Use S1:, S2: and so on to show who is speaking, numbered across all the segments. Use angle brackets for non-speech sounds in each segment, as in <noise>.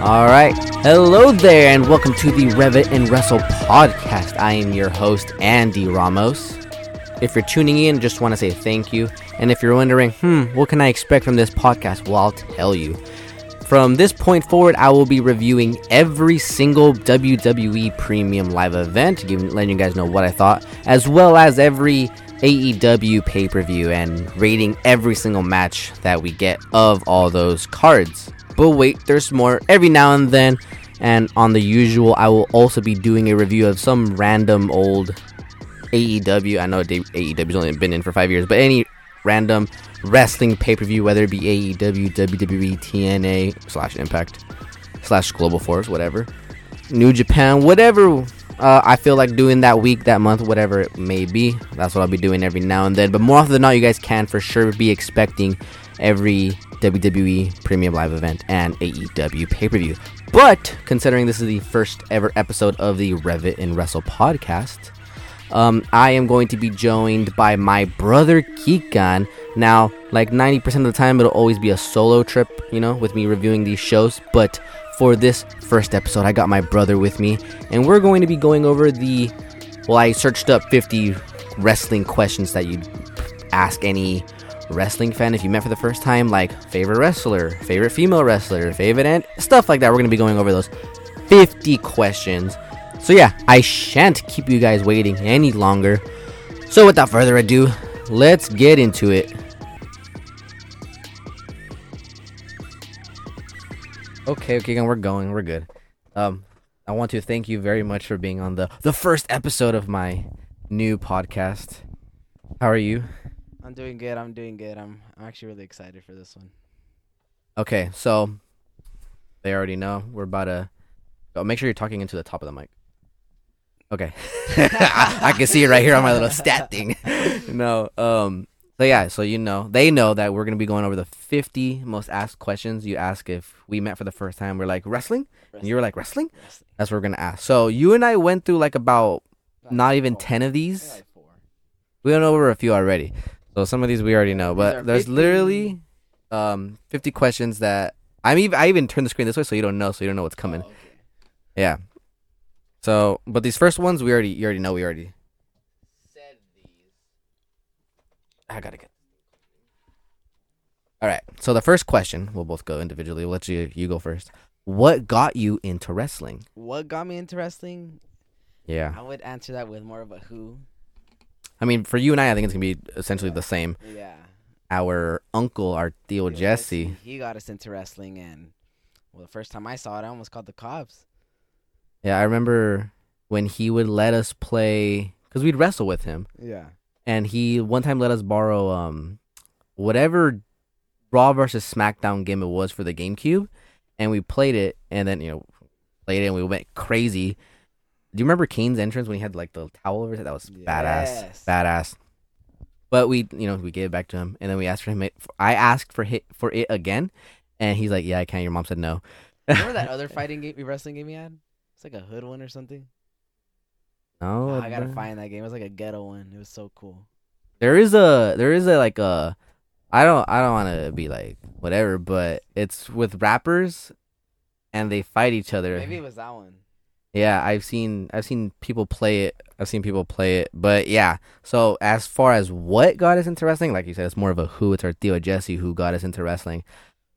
S1: All right. Hello there, and welcome to the Revit and Wrestle podcast. I am your host, Andy Ramos. If you're tuning in, just want to say thank you. And if you're wondering, hmm, what can I expect from this podcast? Well, I'll tell you. From this point forward, I will be reviewing every single WWE Premium live event, giving, letting you guys know what I thought, as well as every AEW pay per view and rating every single match that we get of all those cards. But wait, there's more every now and then. And on the usual, I will also be doing a review of some random old AEW. E I know they- AEW's only been in for five years, but any random wrestling pay per view, whether it be E AEW, WWE, TNA, slash Impact, slash Global Force, whatever, New Japan, whatever uh, I feel like doing that week, that month, whatever it may be. That's what I'll be doing every now and then. But more often than not, you guys can for sure be expecting every WWE Premium Live event and AEW pay per view. But considering this is the first ever episode of the Revit and Wrestle podcast, um, I am going to be joined by my brother Kikan. Now, like 90% of the time, it'll always be a solo trip, you know, with me reviewing these shows. But for this first episode, I got my brother with me, and we're going to be going over the. Well, I searched up 50 wrestling questions that you'd ask any wrestling fan if you met for the first time, like favorite wrestler, favorite female wrestler, favorite and stuff like that. We're going to be going over those 50 questions. So, yeah, I shan't keep you guys waiting any longer. So, without further ado, let's get into it. Okay, okay, and we're going. We're good. Um, I want to thank you very much for being on the the first episode of my new podcast. How are you?
S2: I'm doing good. I'm doing good. I'm I'm actually really excited for this one.
S1: Okay, so they already know we're about to. Oh, make sure you're talking into the top of the mic. Okay, <laughs> I, I can see it right here on my little stat thing. <laughs> no, um, so yeah, so you know, they know that we're gonna be going over the 50 most asked questions you ask if we met for the first time. We're like wrestling, and you were like wrestling.
S2: Wrestling.
S1: That's what we're gonna ask. So you and I went through like about not even
S2: four.
S1: 10 of
S2: Yeah,
S1: these.
S2: like four.
S1: We went over a few already. So some of these we already know,
S2: are
S1: but there's
S2: 50.
S1: literally um 50 questions that I'm even I even turned the screen this way so you don't know so you don't know what's coming.
S2: Oh, okay.
S1: Yeah. So, but these first ones we already you already know we already.
S2: Said these.
S1: I got to get All right. So the first question, we'll both go individually. We'll let you you go first. What got you into wrestling?
S2: What got me into wrestling?
S1: Yeah.
S2: I would answer that with more of a who.
S1: I mean, for you and I I think it's going to be essentially the same.
S2: Yeah.
S1: Our uncle, our Theo
S2: Yo,
S1: Jesse.
S2: He got us into wrestling, and well, the first time I saw it, I almost called the cops.
S1: Yeah, I remember when he would let us play because we'd wrestle with him,
S2: Yeah.
S1: and he one time let us borrow um whatever Raw versus SmackDown game it was for the GameCube, and we played it, and then you know played it, and we went crazy. Do you remember Kane's entrance when he had like the towel over? his head? That was
S2: Yes.
S1: badass, badass. But we, you know, we gave it back to him, and then we asked for him. It, I asked for hit for it again, and he's like, "Yeah, I can." Your mom said no.
S2: Remember that <laughs> other fighting game, wrestling game you had? It's like a hood one or something.
S1: <laughs> No,
S2: Oh, I gotta
S1: the-
S2: find that game. It was like a ghetto one. It was so cool.
S1: there is a there is a like a I don't I don't want to be like whatever, but it's with rappers and they fight each other.
S2: Maybe it was that one.
S1: Yeah, I've seen I've seen people play it. I've seen people play it, but yeah. So as far as what got us into wrestling, like you said, it's more of a who. It's our Theo Jesse who got us into wrestling.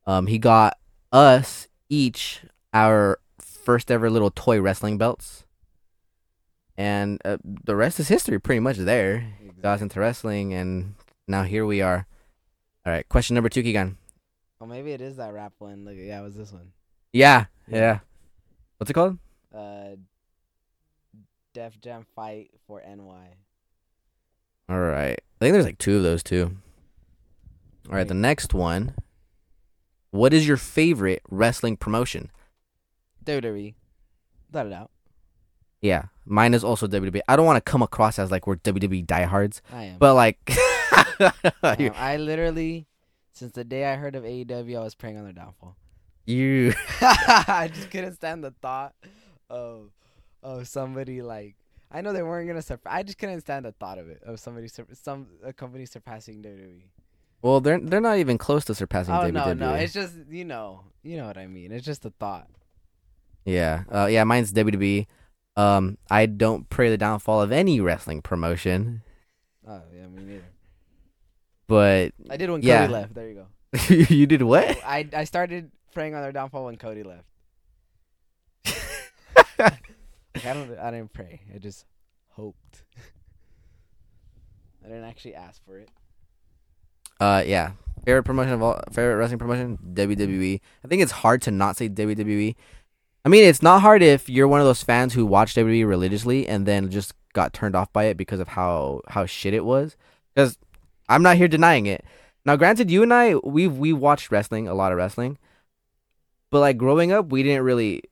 S1: Um, he got us each our first ever little toy wrestling belts, and uh, the rest is history. Pretty much there got us into wrestling, and now here we are. All right, question number two, Keegan.
S2: Oh, maybe it is that rap one. Look, yeah, it was this one.
S1: Yeah, yeah. What's it called?
S2: uh Def Jam fight for NY.
S1: All right. I think there's like two of those too. All right, the next one. What is your favorite wrestling promotion?
S2: WWE. Without a doubt.
S1: Yeah, mine is also WWE. I don't want to come across as like we're WWE diehards,
S2: I am.
S1: but like, <laughs>
S2: I,
S1: you,
S2: am. I literally since the day I heard of AEW I was praying on
S1: <laughs>
S2: their downfall.
S1: you,
S2: I just couldn't stand the thought of of somebody like I know they weren't gonna surpass. I just couldn't stand the thought of it of somebody sur- some a company surpassing WWE.
S1: well, they're they're not even close to surpassing E.
S2: Oh
S1: WWE.
S2: no no, it's just you know you know what I mean. It's just the thought.
S1: Yeah. Uh, yeah, mine's WWE. Um, I don't pray the downfall of any wrestling promotion,
S2: Oh yeah, me neither.
S1: but
S2: I did when
S1: Yeah.
S2: Cody left. There you go.
S1: <laughs> you did what?
S2: I I started praying on their downfall when Cody left. Like, I don't. I didn't pray. I just hoped. I didn't actually ask for it.
S1: Uh, yeah. Favorite promotion of all, favorite wrestling promotion, WWE. I think it's hard to not say WWE. I mean, it's not hard if you're one of those fans who watched WWE religiously and then just got turned off by it because of how how shit it was. Because I'm not here denying it. Now, granted, you and I we we watched wrestling a lot of wrestling, but like growing up, we didn't really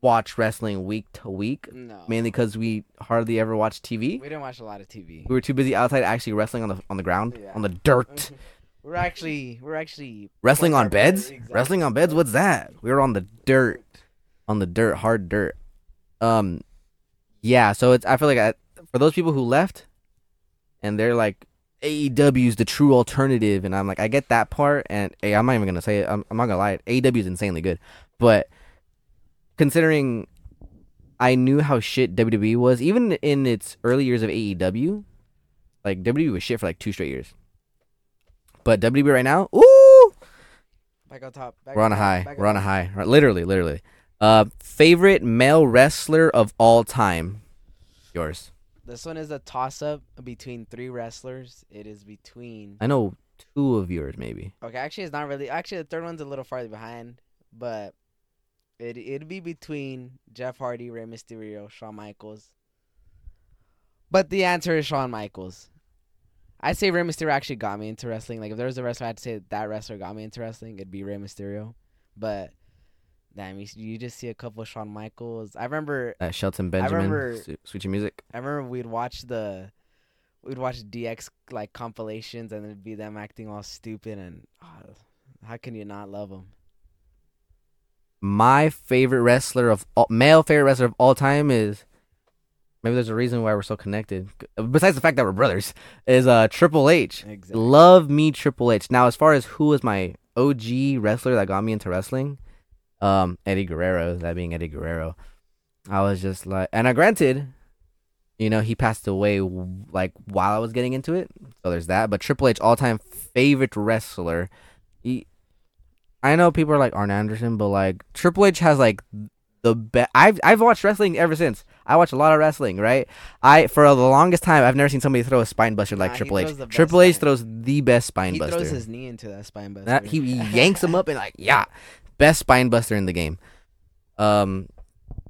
S1: watch wrestling week to week,
S2: No.
S1: mainly because we hardly ever watched TV.
S2: we didn't watch a lot of TV.
S1: We were too busy outside actually wrestling on the on the ground,
S2: Yeah.
S1: on the dirt.
S2: <laughs> We're actually. We're actually.
S1: Wrestling on
S2: Whatever,
S1: beds?
S2: exactly.
S1: Wrestling on beds? What's that? We were on the dirt, on the dirt, hard dirt. Um, yeah. So it's I feel like I, for those people who left, and they're like AEW is the true alternative, and I'm like I get that part, and hey, I'm not even gonna say it. I'm, I'm not gonna lie. AEW is insanely good, but considering I knew how shit WWE was, even in its early years of AEW, like WWE was shit for like two straight years. But WWE right now, ooh,
S2: Back on top. Back
S1: we're on a
S2: top,
S1: high.
S2: back
S1: We're on a
S2: top.
S1: high. Right, Literally, literally. Uh, favorite male wrestler of all time. Yours.
S2: This one is a toss-up between three wrestlers. It is between.
S1: I know two of yours, maybe.
S2: Okay, actually, it's not really. Actually, the third one's a little farther behind, but it it'd be between Jeff Hardy, Rey Mysterio, Shawn Michaels. But the answer is Shawn Michaels. I say Rey Mysterio actually got me into wrestling. Like, if there was a wrestler, I'd say that wrestler got me into wrestling. It'd be Rey Mysterio. But damn, you, you just see a couple of Shawn Michaels. I remember
S1: Uh, Shelton Benjamin.
S2: remember-
S1: Su- Switching music.
S2: I remember we'd watch the we'd watch DX like compilations and it'd be them acting all stupid and oh, how can you not love them?
S1: My favorite wrestler of all, male favorite wrestler of all time is maybe there's a reason why we're so connected. Besides the fact that we're brothers, is uh Triple H.
S2: Exactly.
S1: Love me Triple H. Now, as far as who was my OG wrestler that got me into wrestling, um, Eddie Guerrero. That being Eddie Guerrero, I was just like, and I granted, you know, he passed away w- like while I was getting into it, so there's that. But Triple H, all time favorite wrestler. He, I know people are like Arn Anderson, but like Triple H has like the best. I've I've watched wrestling ever since. I watch a lot of wrestling, right? I for the longest time I've never seen somebody throw a spine buster like
S2: Nah, he
S1: Triple H.
S2: throws the best
S1: Triple H
S2: spine.
S1: throws the best spine
S2: He
S1: buster.
S2: throws his knee into that spine buster. <laughs>
S1: That, he yanks him up and like, yeah, best spine buster in the game. Um,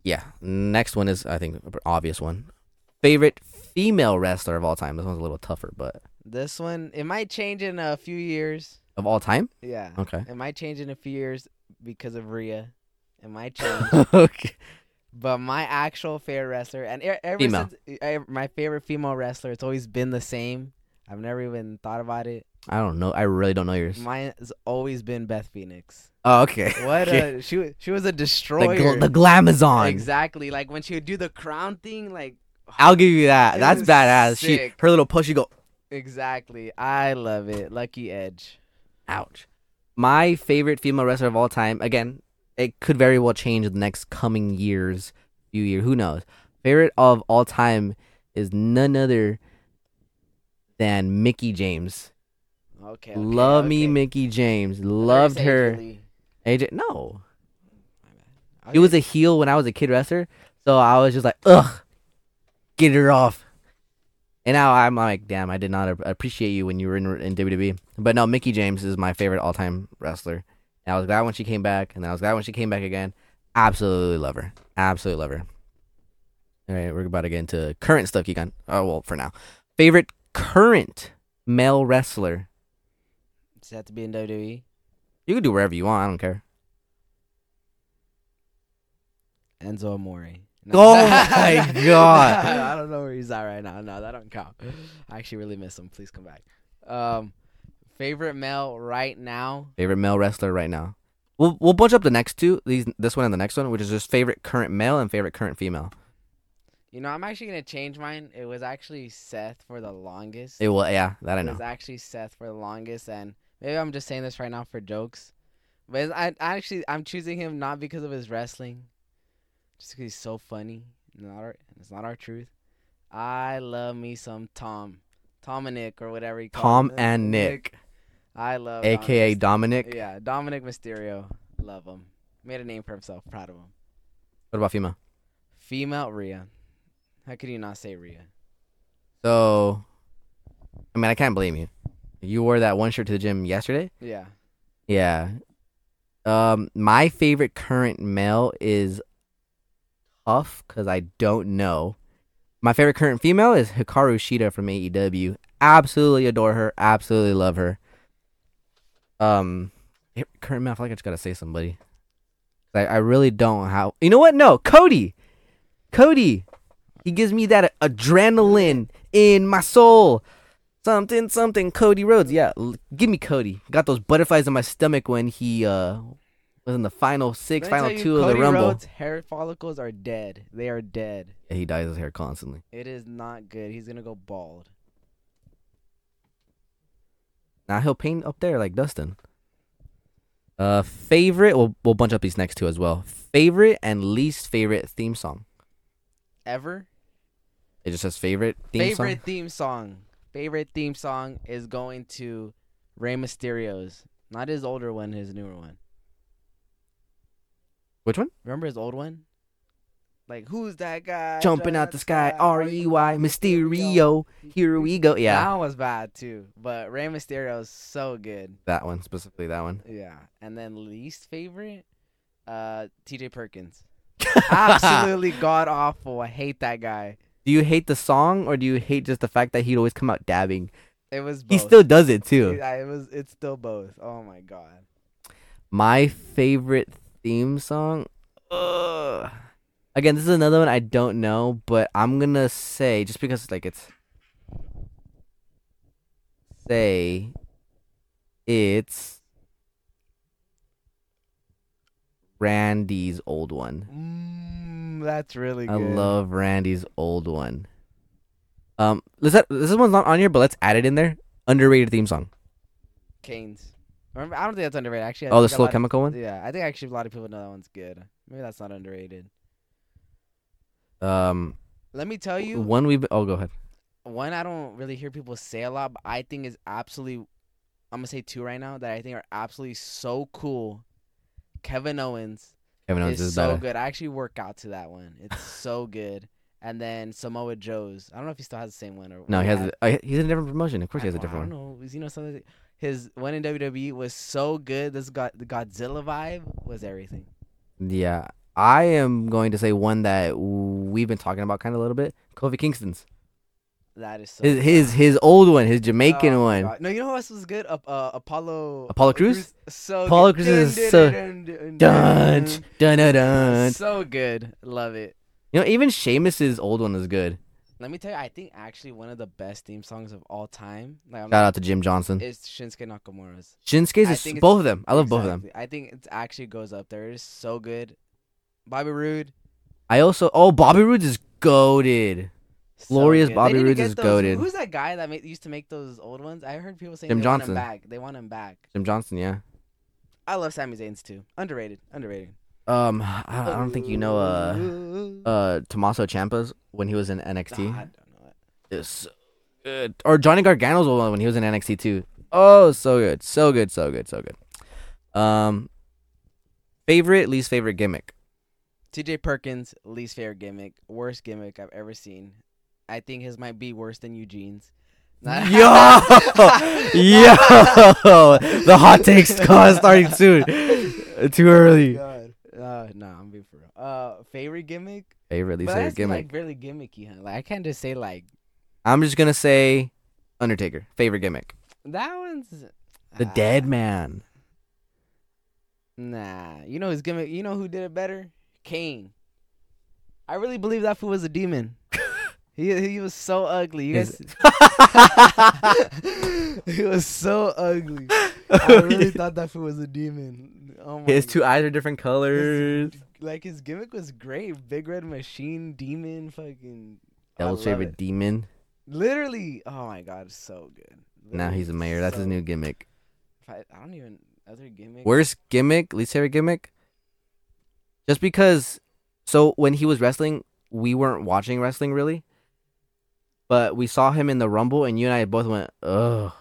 S1: yeah. Next one is I think a obvious one. Favorite female wrestler of all time. This one's a little tougher, but
S2: This one it might change in a few years.
S1: of all time.
S2: Yeah.
S1: Okay. <laughs>
S2: It might change in a few years because of Rhea.
S1: <laughs>
S2: It might change.
S1: okay.
S2: But my actual favorite wrestler, and e- ever
S1: Female.
S2: since e- my favorite female wrestler, it's always been the same. I've never even thought about it.
S1: I don't know. I really don't know yours.
S2: Mine has always been Beth Phoenix.
S1: oh,
S2: <laughs>
S1: okay.
S2: What
S1: Okay.
S2: a she wa- she was a
S1: the
S2: destroyer.
S1: gl- the glamazon.
S2: exactly. Like when she would do the crown thing, like
S1: I'll give you that.
S2: It
S1: That's
S2: was
S1: badass. She
S2: sick.
S1: her little push. You go.
S2: exactly. I love it. Lucky Edge.
S1: Ouch. My favorite female wrestler of all time, again, it could very well change in the next coming years, few year, who knows. Favorite of all time is none other than Mickey James.
S2: Okay. okay,
S1: Love me
S2: okay.
S1: Mickey James.
S2: I thought you
S1: Loved
S2: said
S1: her.
S2: Angel Lee.
S1: AJ no.
S2: Okay.
S1: She was a heel when I was a kid wrestler, so I was just like, ugh, get her off. And now I'm like, damn, I did not ap- appreciate you when you were in, in WWE. But no, Mickey James is my favorite all time wrestler. And I was glad when she came back, and I was glad when she came back again. Absolutely love her. Absolutely love her. All right, we're about to get into current stuff, you can. Oh, well, for now. Favorite current male wrestler?
S2: Does it have to be in E? WWE?
S1: You can do wherever you want. I don't care.
S2: Enzo Amore. No. <laughs>
S1: Oh my God.
S2: I don't know where he's at right now. No, that don't count. I actually really miss him. Please come back. Um, favorite male right now?
S1: favorite male wrestler right now. We'll we'll bunch up the next two, these this one and the next one, which is just favorite current male and favorite current female.
S2: You know, I'm actually gonna change mine. It was actually Seth for the longest.
S1: It will, yeah, that I
S2: It
S1: know.
S2: was actually Seth for the longest, and maybe I'm just saying this right now for jokes, but it's- I, I actually I'm choosing him not because of his wrestling, just 'cause he's so funny. Not our, it's not our truth. I love me some Tom, Dominic or whatever he calls
S1: Tom
S2: him.
S1: and Nick,
S2: I love Dominic
S1: aka
S2: Mysterio.
S1: Dominic.
S2: Yeah, Dominic Mysterio. Love him. Made a name for himself. Proud of him.
S1: What about female?
S2: Female Rhea. How could you not say Rhea?
S1: So, I mean, I can't blame you. You wore that one shirt to the gym yesterday.
S2: Yeah.
S1: Yeah. Um, my favorite current male is Huff because I don't know. My favorite current female is Hikaru Shida from AEW. Absolutely adore her. Absolutely love her. Um, eh, current male. I feel like I just gotta say somebody. Like I really don't how. You know what? No, Cody. Cody. He gives me that adrenaline in my soul. Something, something, Cody Rhodes. Yeah, l- give me Cody. Got those butterflies in my stomach when he uh was in the final six,
S2: Let me
S1: final
S2: tell you,
S1: two of
S2: Cody
S1: the Rumble.
S2: Rhodes' hair follicles are dead. They are dead.
S1: Yeah, he dyes his hair constantly.
S2: It is not good. He's gonna go bald.
S1: Now he'll paint up there like Dustin. Uh, favorite. We'll we'll bunch up these next two as well. Favorite and least favorite theme song.
S2: Ever.
S1: It just says favorite theme
S2: Favorite
S1: song.
S2: theme song. Favorite theme song is going to Rey Mysterio's. Not his older one, his newer one.
S1: Which one?
S2: Remember his old one? Like who's that guy
S1: Jumping out the sky. R E Y Mysterio. Here we go. Yeah,
S2: That was bad too, but Rey Mysterio is so good.
S1: that one specifically. That one.
S2: Yeah, and then least favorite, uh, T.J.
S1: <laughs>
S2: Perkins. Absolutely god awful. I hate that guy.
S1: Do you hate the song or do you hate just the fact that he'd always come out dabbing?
S2: It was. Both.
S1: He still does it too.
S2: Yeah, It was. It's still both. Oh my god.
S1: My favorite theme song. Ugh. Again, this is another one I don't know, but I'm gonna say just because like it's say it's Randy's old one.
S2: Mm, that's really good.
S1: I love Randy's old one. Um, let's add- this one's not on here, but let's add it in there. Underrated theme song.
S2: Canes. Remember, I don't think that's underrated. Actually, I
S1: Oh, the
S2: think a
S1: slow
S2: lot of-
S1: chemical one.
S2: yeah, I think actually a lot of people know that one's good. Maybe that's not underrated.
S1: Um,
S2: Let me tell you,
S1: one we've. Oh, go ahead.
S2: one I don't really hear people say a lot, but I think is absolutely. I'm gonna say two right now that I think are absolutely so cool. Kevin Owens
S1: Kevin Owens
S2: is,
S1: is
S2: so
S1: badass.
S2: good. I actually work out to that one.
S1: <laughs>
S2: It's so good. And then Samoa Joe's. I don't know if he still has the same one or
S1: No, he has.
S2: I-
S1: A, uh, he's in a different promotion. Of course, he has a
S2: well,
S1: different
S2: I
S1: one.
S2: don't know. You know something. His one in WWE was so good. This got the Godzilla vibe was everything.
S1: Yeah, I am going to say one that we've been talking about kind of a little bit. Kofi Kingston's
S2: That is so.
S1: his his his old one, his Jamaican
S2: Oh my
S1: one.
S2: God. No, you know who else was good? Uh, uh, Apollo.
S1: Apollo Crews?
S2: So
S1: Apollo
S2: good.
S1: Crews is
S2: Dun,
S1: so-
S2: dun, dun, dun,
S1: Dun dun
S2: dun.
S1: dun. dun.
S2: So good. Love it.
S1: You know, even Sheamus's old one is good.
S2: Let me tell you, I think actually one of the best theme songs of all time. Like I'm
S1: Shout out to Jim Johnson.
S2: is Shinsuke Nakamura's.
S1: Shinsuke's
S2: I
S1: is
S2: think it's-
S1: both of them. I love both of them.
S2: Exactly. I think it actually goes up there. It is so good. Bobby Roode.
S1: I also oh Bobby Roode's is goaded.
S2: so
S1: Glorious
S2: good. They
S1: Bobby
S2: need to
S1: Roode
S2: get
S1: is
S2: those-
S1: goaded.
S2: Who's that guy that ma- used to make those old ones? I heard people saying
S1: Jim
S2: they
S1: Johnson.
S2: want him back. They want him back.
S1: Jim Johnson, yeah.
S2: I love Sami Zayn's too. Underrated. Underrated.
S1: Um, I, I don't think you know uh
S2: Ooh.
S1: uh Tommaso Ciampa's when he was in
S2: Nah,
S1: NXT.
S2: I don't know it.
S1: is so good. Or Johnny Gargano's one when he was in NXT too. Oh, so good, so good, so good, so good. Um, favorite, least favorite
S2: <laughs>
S1: gimmick.
S2: T.J. Perkins least favorite gimmick, worst gimmick I've ever seen. I think his might be worse than Eugene's. <laughs> Not-
S1: Yo,
S2: <laughs>
S1: yo, <laughs> the hot takes <laughs> cause starting soon. Too early.
S2: God. Uh, no, I'm being for real. Uh, favorite gimmick?
S1: Favorite, least
S2: but
S1: favorite
S2: that's
S1: gimmick.
S2: like really gimmicky, huh? Like I can't just say like
S1: I'm just gonna say Undertaker. Favorite gimmick.
S2: that one's
S1: The
S2: Ah,
S1: Dead Man.
S2: Nah, you know his gimmick. You know who did it better? Kane. I really believe that fool was
S1: <laughs>
S2: a demon. he he was so ugly. You
S1: Is-
S2: guys,
S1: <laughs>
S2: he was so ugly. <laughs> I really thought that fool was a demon. Oh my
S1: His two eyes are different
S2: His-
S1: colors.
S2: like his gimmick was great. Big red machine demon fucking I
S1: Devil
S2: love
S1: favorite
S2: it.
S1: demon.
S2: Literally, oh my god, it's so good.
S1: Now he's a mayor. That's his
S2: So-
S1: new gimmick.
S2: if I, I don't even other gimmick.
S1: Worst gimmick, least favorite gimmick. Just because So when he was wrestling, we weren't watching wrestling really, but we saw him in the Rumble, and you and I both went, "Ugh,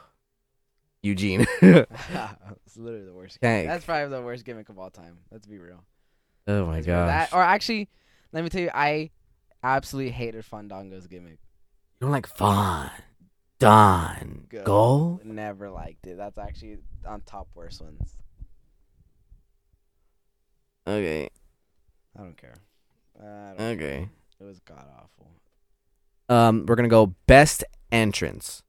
S1: Eugene." <laughs> oh
S2: <laughs> it's literally the worst.
S1: Dang.
S2: That's probably the worst gimmick of all time. Let's be real.
S1: Oh my
S2: Let's be real.
S1: gosh!
S2: That, or actually, let me tell you, I absolutely hated Fandango's gimmick.
S1: you don't like fun, Don,
S2: Go.
S1: go.
S2: Never liked it. That's actually on top worst ones.
S1: Okay,
S2: I don't care. I don't care.
S1: okay.
S2: It was god awful.
S1: Um, we're gonna go best entrance.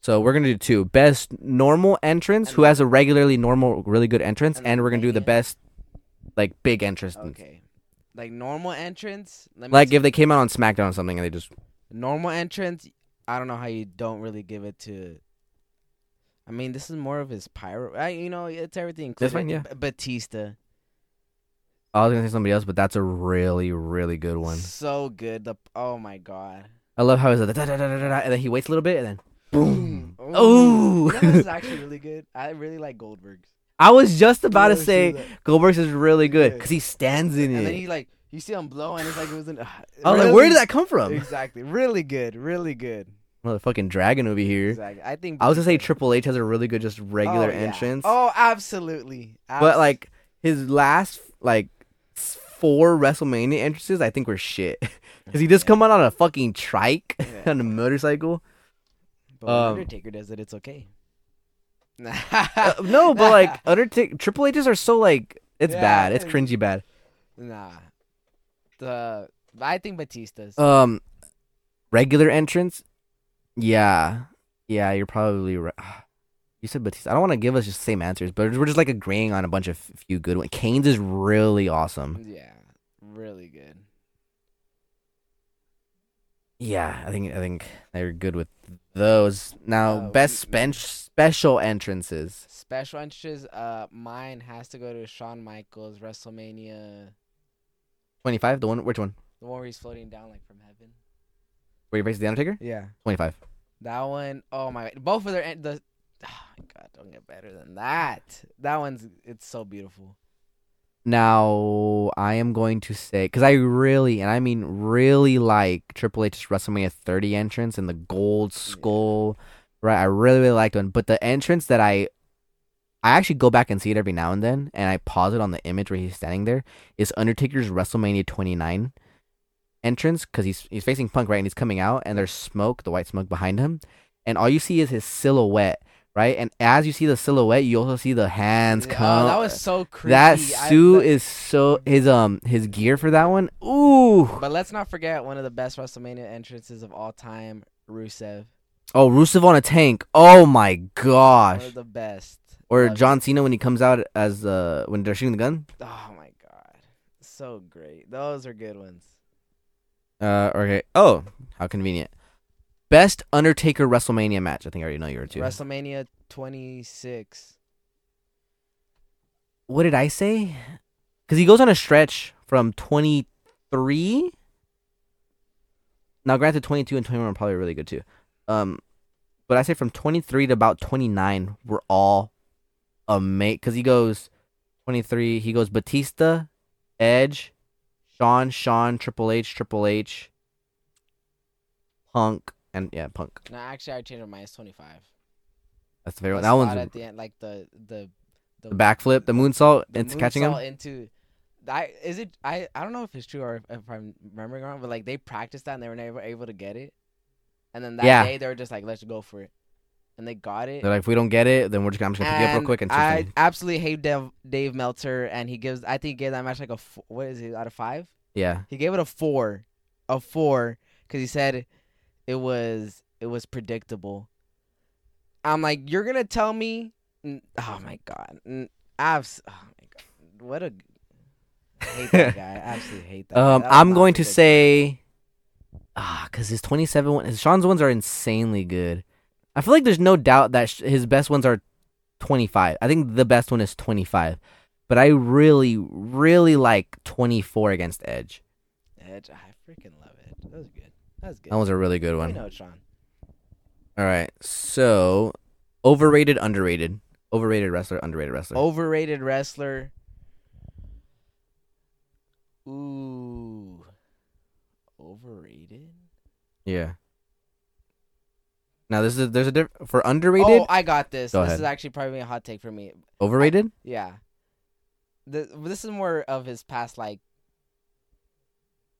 S1: So we're gonna do two: best normal entrance, who has a regularly normal, really good entrance,
S2: And
S1: and we're gonna do the
S2: big
S1: best, like big entrance.
S2: Okay. Like normal entrance. Let me
S1: Like
S2: t-
S1: if they came out on SmackDown or something and they just
S2: normal entrance. I don't know how you don't really give it to. I mean, this is more of his pyro. I, you know, it's everything.
S1: That's
S2: included.
S1: fine, yeah.
S2: B- Batista,
S1: I was gonna say somebody else, but that's a really, really good one.
S2: so good. The oh my god.
S1: I love how he's like, da, da, da, da, da, da, and then he waits a little bit and then boom.
S2: Ooh.
S1: Oh,
S2: You know,
S1: <laughs>
S2: this is actually really good. I really like Goldberg's.
S1: I was just about to
S2: Goldberg's
S1: say
S2: is that-
S1: Goldberg's is really good
S2: Yeah.
S1: because he stands in
S2: and
S1: it.
S2: then he like you see him blow, and it's like it was an. I
S1: I was like, where did that come from?
S2: Exactly. Really good. Really good.
S1: Motherfucking dragon over here.
S2: Exactly. I think
S1: I was gonna say
S2: Batista-
S1: Triple H has a really good just regular
S2: Oh, yeah.
S1: entrance,
S2: Oh, absolutely.
S1: but like his last like s- four WrestleMania entrances, I think were shit <laughs> because he just come out on a fucking trike
S2: Yeah.
S1: <laughs> on a
S2: <laughs>
S1: motorcycle.
S2: But when
S1: Um,
S2: Undertaker does it, it's okay.
S1: <laughs> Uh, no, but like Undertaker, Triple H's are so like it's
S2: Yeah,
S1: bad. It's
S2: it-
S1: cringy bad.
S2: <laughs> nah. The I think Batista's.
S1: Um, regular entrance. Yeah, yeah, you're probably right. <sighs> You said Batista. I don't want to give us just the same answers, but we're just like agreeing on a bunch of f- few good ones. Kane's is really awesome.
S2: yeah, really good.
S1: Yeah, I think I think they're good with those. Now,
S2: Uh,
S1: best
S2: we-
S1: spen- special entrances.
S2: Special entrances. Uh, mine has to go to Shawn Michaels WrestleMania,
S1: Twenty five. The one. Which one?
S2: the one where he's floating down like from heaven.
S1: Where he faces the Undertaker.
S2: Yeah,
S1: Twenty five.
S2: that one. Oh my, both of their en- the. Oh my god, don't get better than that. That one's it's so beautiful.
S1: Now I am going to say because I really and I mean really like Triple H's WrestleMania 30 entrance and the gold skull, right? I really really liked one, but the entrance that I I actually go back and see it every now and then, and I pause it on the image where he's standing there is Undertaker's WrestleMania 29 entrance because he's he's facing Punk right, and he's coming out, and there's smoke, the white smoke behind him, and all you see is his silhouette, right? And as you see the silhouette, you also see the hands
S2: Yeah, oh,
S1: come.
S2: that was so creepy.
S1: That
S2: I-
S1: suit
S2: the-
S1: is so his um his gear for that one. Ooh.
S2: But let's not forget one of the best WrestleMania entrances of all time, Rusev.
S1: Oh, Rusev on a tank. Oh my gosh.
S2: One of the best.
S1: Or
S2: Love it.
S1: John Cena when he comes out as uh when they're shooting the gun.
S2: Oh my god, so great. Those are good ones.
S1: Uh okay. Oh, how convenient. Best Undertaker WrestleMania match. I think I already know you were too.
S2: WrestleMania 26.
S1: what did I say? Because he goes on a stretch from 23. Now, granted, 22 and 21 are probably really good too. Um, but I say from 23 to about 29 were all amazing. Because he goes 23, he goes Batista, Edge, Sean, Sean, Triple H, Triple H, Punk, and yeah, Punk.
S2: No, actually, I changed it. Minus 25.
S1: That's the favorite one.
S2: The
S1: That
S2: spot
S1: one's
S2: at the end, like the the
S1: the backflip, the moonsault,
S2: the
S1: it's catching him.
S2: moonsault into. I is it I I don't know if it's true or if, if I'm remembering wrong, but like they practiced that and they were never able to get it, and then that
S1: Yeah.
S2: day they were just like, let's go for it, and they got it.
S1: They're like, if we don't get it, then we're just, I'm just gonna pick you up real
S2: And
S1: quick and see if
S2: I
S1: something-
S2: absolutely hate Dave, Dave Meltzer, and he gives. I think he gave that match like a f- what is it out of five?
S1: yeah.
S2: He gave it a four, a four, because he said it was it was predictable. I'm like, you're gonna tell me? N- Oh my god! N- Abs- oh my god! What a I hate that guy. I
S1: <laughs>
S2: absolutely hate that. guy.
S1: Um,
S2: That was
S1: I'm
S2: not
S1: going to
S2: predictable.
S1: say, ah, because his 27 one, his Sean's ones are insanely good. I feel like there's no doubt that sh- his best ones are 25. I think the best one is 25, but I really, really like 24 against Edge.
S2: Edge. I freaking love it. That was good. That was good.
S1: That was a really good
S2: you
S1: one.
S2: know, Sean.
S1: All right, so overrated, underrated,
S2: Oh.
S1: overrated wrestler, underrated wrestler.
S2: Overrated wrestler. overrated?
S1: Yeah. Now this is there's a diff- for underrated,
S2: Oh, I got this.
S1: Go
S2: this
S1: ahead.
S2: is actually probably a hot take for me.
S1: overrated.
S2: Yeah. This, this is more of his past, like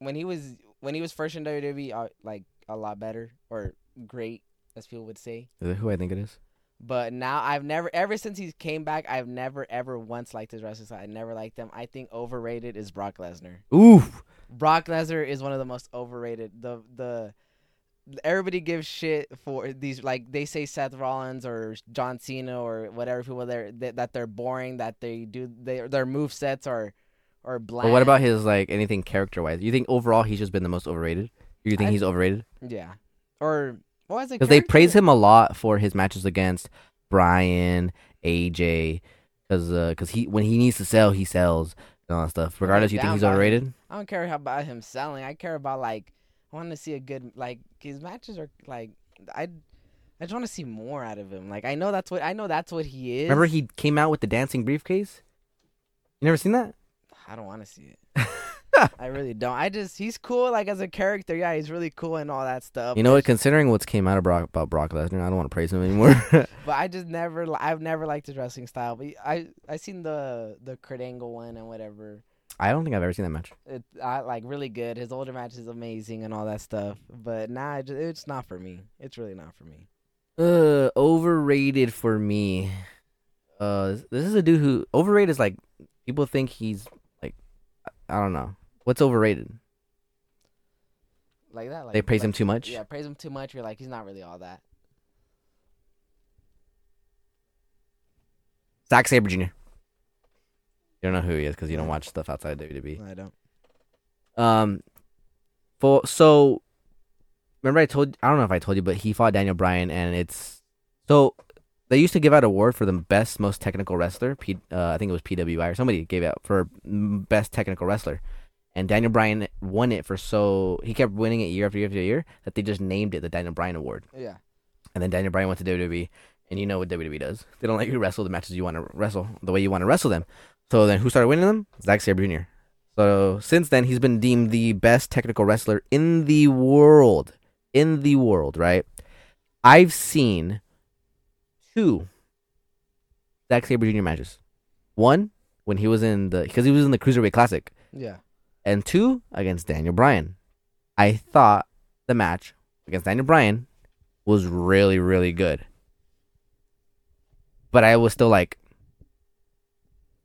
S2: when he was when he was first in WWE, uh, like a lot better or great, as people would say.
S1: Is it who I think it is?
S2: But now I've never, ever since he came back, I've never ever once liked his wrestling style. I never liked them. I think overrated is Brock Lesnar.
S1: Ooh,
S2: Brock Lesnar is one of the most overrated. The the everybody gives shit for these like they say Seth Rollins or John Cena or whatever people there that, that they're boring that they do their their move sets are are bland.
S1: But what about his like anything character wise? You think overall he's just been the most overrated? You think
S2: I-
S1: he's overrated?
S2: yeah or what was it?
S1: Because they praise
S2: character?
S1: him a lot for his matches against Brian, AJ, because uh, he when he needs to sell, he sells and all that stuff.
S2: Well,
S1: Regardless,
S2: they
S1: you think he's
S2: down by him.
S1: overrated?
S2: I don't care how about him selling. I care about like I want to see a good like his matches are like I I just want to see more out of him. Like I know that's what I know that's what he is.
S1: Remember he came out with the dancing briefcase. You never seen that?
S2: I don't want to see
S1: <laughs>
S2: it. I really don't. I just he's cool like as a character. Yeah, he's really cool and all that stuff.
S1: You know what? Considering what's came out of Brock, about Brock Lesnar, I don't want to praise him anymore. <laughs>
S2: But I just never li- I've never liked his wrestling style. But I I seen the the Kurt Angle one and whatever.
S1: I don't think I've ever seen that match.
S2: It I like really good. His older match is amazing and all that stuff. But nah, it just, it's not for me. It's really not for me.
S1: Uh, overrated for me. Uh, this- this is a dude who overrated is like people think he's like I- I don't know what's overrated.
S2: Like that. Like
S1: they praise him
S2: like-
S1: too much.
S2: Yeah, praise him too much. You're like he's not really all that.
S1: Zack Saber Jr. You don't know who he is because you don't watch stuff outside of E. WWE.
S2: I don't.
S1: Um, for so remember I told I don't know if I told you, but he fought Daniel Bryan, and it's so they used to give out an award for the best most technical wrestler. P, uh, I think it was PWI or somebody gave out for mm, best technical wrestler, and Daniel Bryan won it for so he kept winning it year after year after year that they just named it the Daniel Bryan Award.
S2: Yeah.
S1: And then Daniel Bryan went to WWE, and you know what WWE does. They don't let you wrestle the matches you want to wrestle the way you want to wrestle them. So then who started winning them? Zack Sabre Jr. So since then, he's been deemed the best technical wrestler in the world. In the world, right? I've seen two Zack Sabre Jr. matches. One, when he was in the, because he was in the Cruiserweight Classic
S2: Yeah.
S1: and two against Daniel Bryan. I thought the match against Daniel Bryan was really, really good. But I was still like,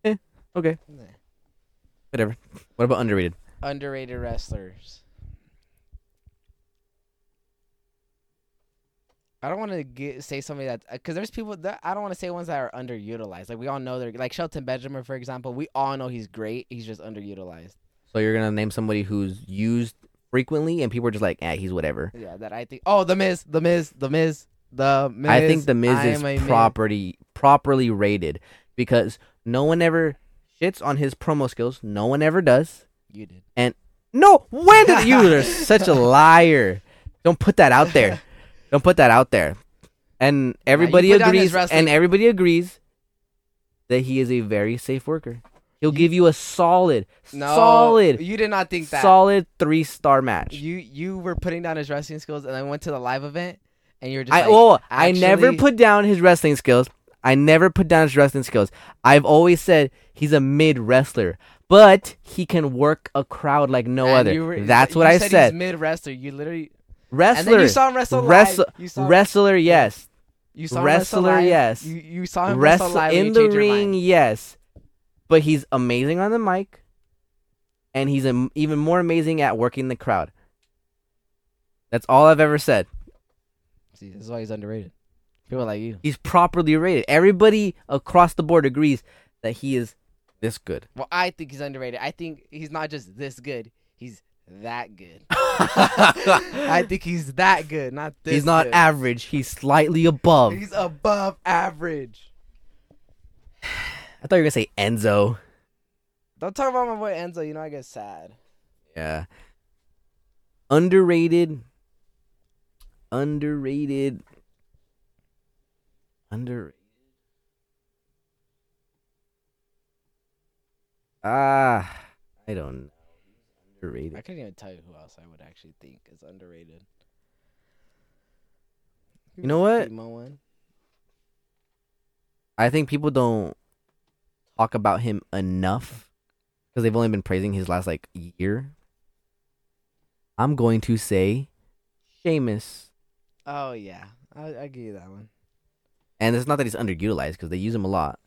S1: eh, okay,
S2: Nah.
S1: whatever. What about underrated?
S2: Underrated wrestlers. I don't want to get, say somebody that because there's people that I don't want to say ones that are underutilized. Like we all know they're like Shelton Benjamin, for example. We all know he's great. He's just underutilized.
S1: So you're gonna name somebody who's used frequently, and people are just like, eh, he's whatever.
S2: Yeah, that I think. Oh, the Miz, the Miz, the Miz, the Miz.
S1: I think the Miz
S2: I am a
S1: is properly properly rated because no one ever shits on his promo skills. No one ever does.
S2: You did.
S1: No, when did you
S2: <laughs>
S1: are such a liar? Don't put that out there. Don't put that out there. And everybody
S2: put down his
S1: agrees.
S2: wrestling-
S1: And everybody agrees that he is a very safe worker. He'll give you a solid,
S2: No,
S1: solid,
S2: You did not think that.
S1: solid three star match.
S2: You you were putting down his wrestling skills, and I went to the live event, and you were just.
S1: I
S2: like,
S1: oh, I never
S2: actually-
S1: put down his wrestling skills. I never put down his wrestling skills. I've always said he's a mid wrestler, but he can work a crowd like no
S2: and
S1: other.
S2: you were-
S1: That's
S2: you
S1: what I
S2: said.
S1: said.
S2: Mid wrestler. You literally.
S1: Wrestler.
S2: And then you saw him wrestle
S1: Wrestle-
S2: live. You saw,
S1: Wrestler, yes.
S2: you saw him wrestle
S1: wrestler,
S2: live.
S1: yes.
S2: You, you saw him wrestle,
S1: Wrestle
S2: live and
S1: in
S2: you
S1: the
S2: changed your
S1: ring,
S2: mind.
S1: yes. But he's amazing on the mic, and he's am- even more amazing at working the crowd. That's all I've ever said.
S2: See, this is why he's underrated. People like you.
S1: He's properly rated. Everybody across the board agrees that he is this
S2: <laughs>
S1: good. <laughs>
S2: Well, I think he's underrated. I think he's not just this good. He's
S1: <laughs>
S2: that good. I think he's that good, not this.
S1: he's not
S2: good.
S1: average. He's slightly above.
S2: He's above average.
S1: I thought you were gonna say Enzo.
S2: Don't talk about my boy Enzo. You know I get sad.
S1: Yeah. Underrated. Underrated. Underrated. Ah, I don't know. Underrated.
S2: I couldn't even tell you who else I would actually think is underrated.
S1: You know what?
S2: Emo one.
S1: I think people don't talk about him enough because they've only been praising his last like year. I'm going to say Seamus.
S2: Oh yeah, I I give you that one.
S1: And it's not that he's underutilized because they use him a lot.